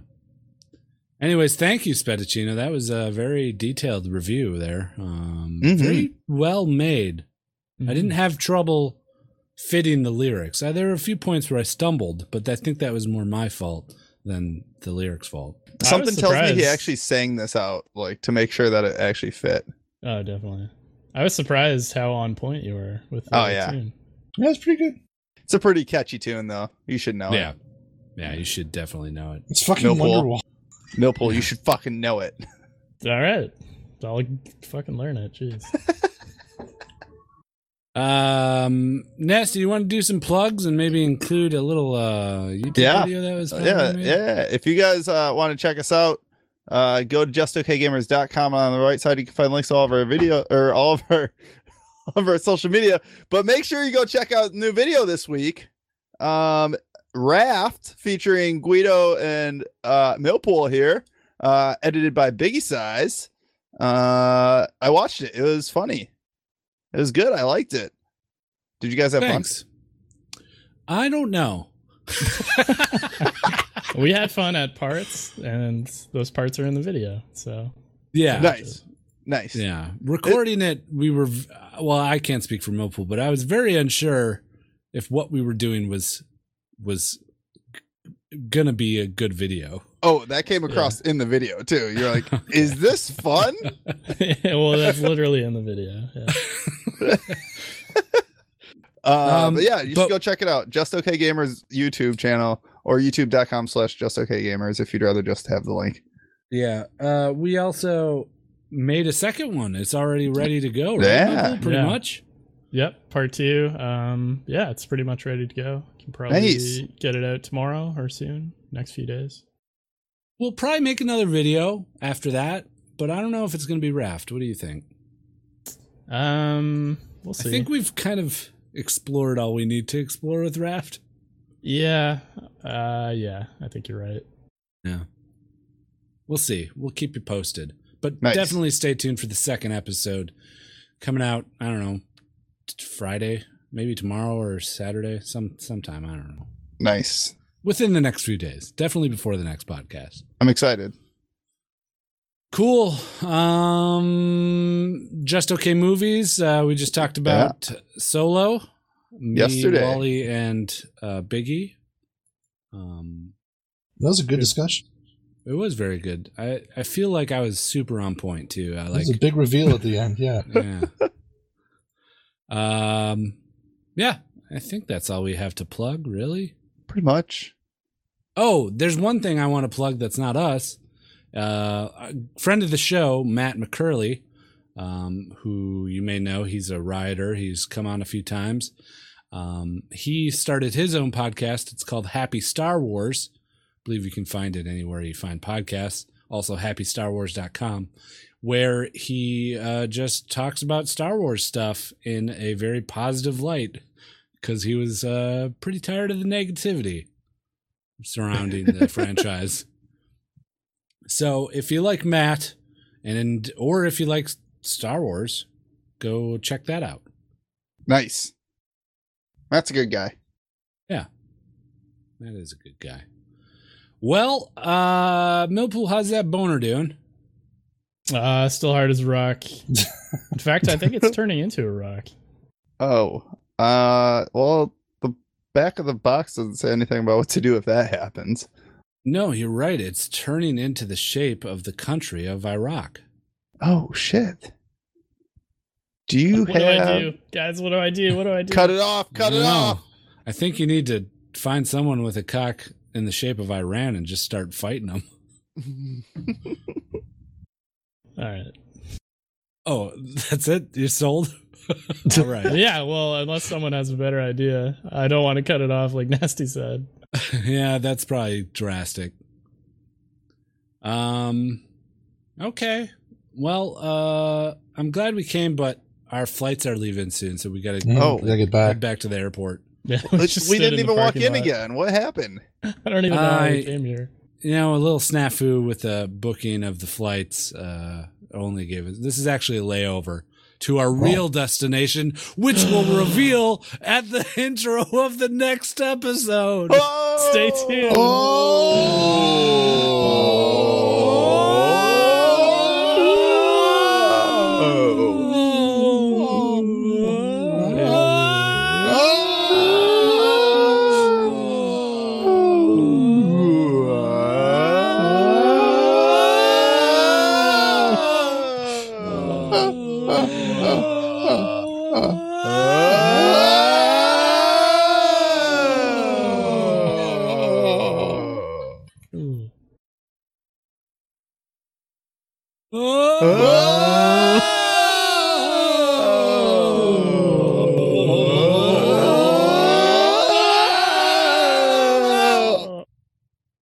S1: Anyways, thank you, Spettuccino. That was a very detailed review there. Um,
S2: Mm-hmm.
S4: Mhm.
S1: Very well made. I
S2: Mm.
S1: didn't have trouble fitting the lyrics. Uh, there were a few points where I stumbled, but I think that was more my fault than the lyrics' fault.
S2: I was
S4: Something tells me
S2: surprised.
S4: he actually sang this out, like to make sure that it actually fit.
S2: Oh, definitely. I was surprised how on point you were with. the
S4: Oh, yeah.
S2: tune.
S3: That's pretty good.
S4: It's a pretty catchy tune, though. You should know. it.
S1: yeah. Yeah, you should definitely know it.
S3: It's fucking
S4: Millpool.
S3: Wonderwall.
S4: Millpool, you should fucking know it.
S2: All right. I'll fucking learn it. Jeez.
S1: Um, Ness, do you want to do some plugs and maybe include a little uh YouTube
S4: Yeah. Uh,
S1: video that was filmed
S4: yeah,
S1: by me?
S4: yeah. If you guys uh, want to check us out, uh, go to justokgamers.com. On the right side, you can find links to all of our video or all of our all of our social media. But make sure you go check out the new video this week. Um, Raft featuring Guido and uh, Millpool here, uh, edited by Biggie Size. Uh, I watched it. It was funny. It was good. I liked it. Did you guys have fun?
S1: Thanks. I don't know.
S2: we had fun at parts, and those parts are in the video. So
S1: Yeah.
S4: Nice. Nice.
S1: Yeah. Recording it, we were, v- well, I can't speak for Millpool, but I was very unsure if what we were doing was, was g- gonna be a good video.
S4: Oh, that came across in the video too. You're like, is this fun?
S2: well, that's literally in the video. Yeah.
S4: Uh,
S1: Um,
S4: but yeah, you
S1: but-
S4: should go check it out. Just OK Gamers YouTube channel or youtube.com slash just OK Gamers if you'd rather just have the link.
S1: Yeah. Uh, we also made a second one. It's already ready to go. Right?
S4: Yeah.
S1: Millpool, pretty
S2: Yeah.
S1: much.
S2: Yep, part two. Um, yeah, it's pretty much ready to go. Can probably
S4: Nice.
S2: get it out tomorrow or soon, next few days.
S1: We'll probably make another video after that, but I don't know if it's gonna be Raft. What do you think?
S2: Um, we'll
S1: I
S2: see.
S1: think we've kind of explored all we need to explore with Raft.
S2: yeah, uh, yeah, I think you're right.
S1: We'll see. We'll keep you posted. But
S4: Nice.
S1: definitely stay tuned for the second episode coming out, I don't know, t- Friday, maybe tomorrow or Saturday, some sometime, I don't know.
S4: Nice.
S1: Within the next few days. Definitely before the next podcast.
S4: I'm excited.
S1: Cool. Um just okay movies. Uh we just talked about Solo. Me,
S4: Yesterday.
S1: Wally and uh Biggie. Um
S3: That was a good discussion.
S1: it was very good. I I feel like I was super on point too. I
S3: That
S1: like
S3: was a big reveal at the end. Yeah.
S1: yeah. Um, yeah, I think that's all we have to plug, really.
S4: Pretty much.
S1: Oh, there's one thing I want to plug that's not us. Uh, a friend of the show, Matt McCurley, um, who you may know, he's a writer. He's come on a few times. Um, he started his own podcast. It's called Happy Star Wars. I believe you can find it anywhere you find podcasts. Also, happystarwars.com, where he uh, just talks about Star Wars stuff in a very positive light because he was uh, pretty tired of the negativity surrounding the franchise. So if you like Matt and or if you like Star Wars, go check that out.
S4: Nice. That's a good guy.
S1: That is a good guy. Well, uh Millpool, how's that boner doing?
S2: Uh, still hard as a rock. In fact, I think it's turning into a rock.
S4: Oh. Uh well the back of the box doesn't say anything about what to do if that happens.
S1: No, you're right. It's turning into the shape of the country of Iraq.
S4: Oh shit. Do you
S2: What
S4: have
S2: do I do, guys? What do I do? What do I do?
S4: cut it off, cut it
S1: No.
S4: off.
S1: I think you need to find someone with a cock in the shape of Iran and just start fighting them.
S2: All right.
S1: Oh, that's it? You're sold? All right.
S2: Yeah. Well, unless someone has a better idea, I don't want to cut it off like Nasty said.
S1: yeah, that's probably drastic. Um okay. Well, uh I'm glad we came but our flights are leaving soon so we got to
S4: Oh.
S3: gotta get
S1: head
S3: back.
S1: back to the airport.
S2: Yeah,
S4: Let's-
S2: just
S4: we
S2: stood
S4: didn't
S2: the
S4: even walk
S2: parking
S4: in
S2: lot.
S4: again. What happened?
S2: I don't even know how
S1: I-
S2: we came here.
S1: You know, a little snafu with the booking of the flights uh only gave us This is actually a layover to our real destination which will reveal at the intro of the next episode.
S4: Oh!
S2: Stay tuned. Oh.
S4: Oh!
S7: Oh,
S1: Oh.
S4: Oh.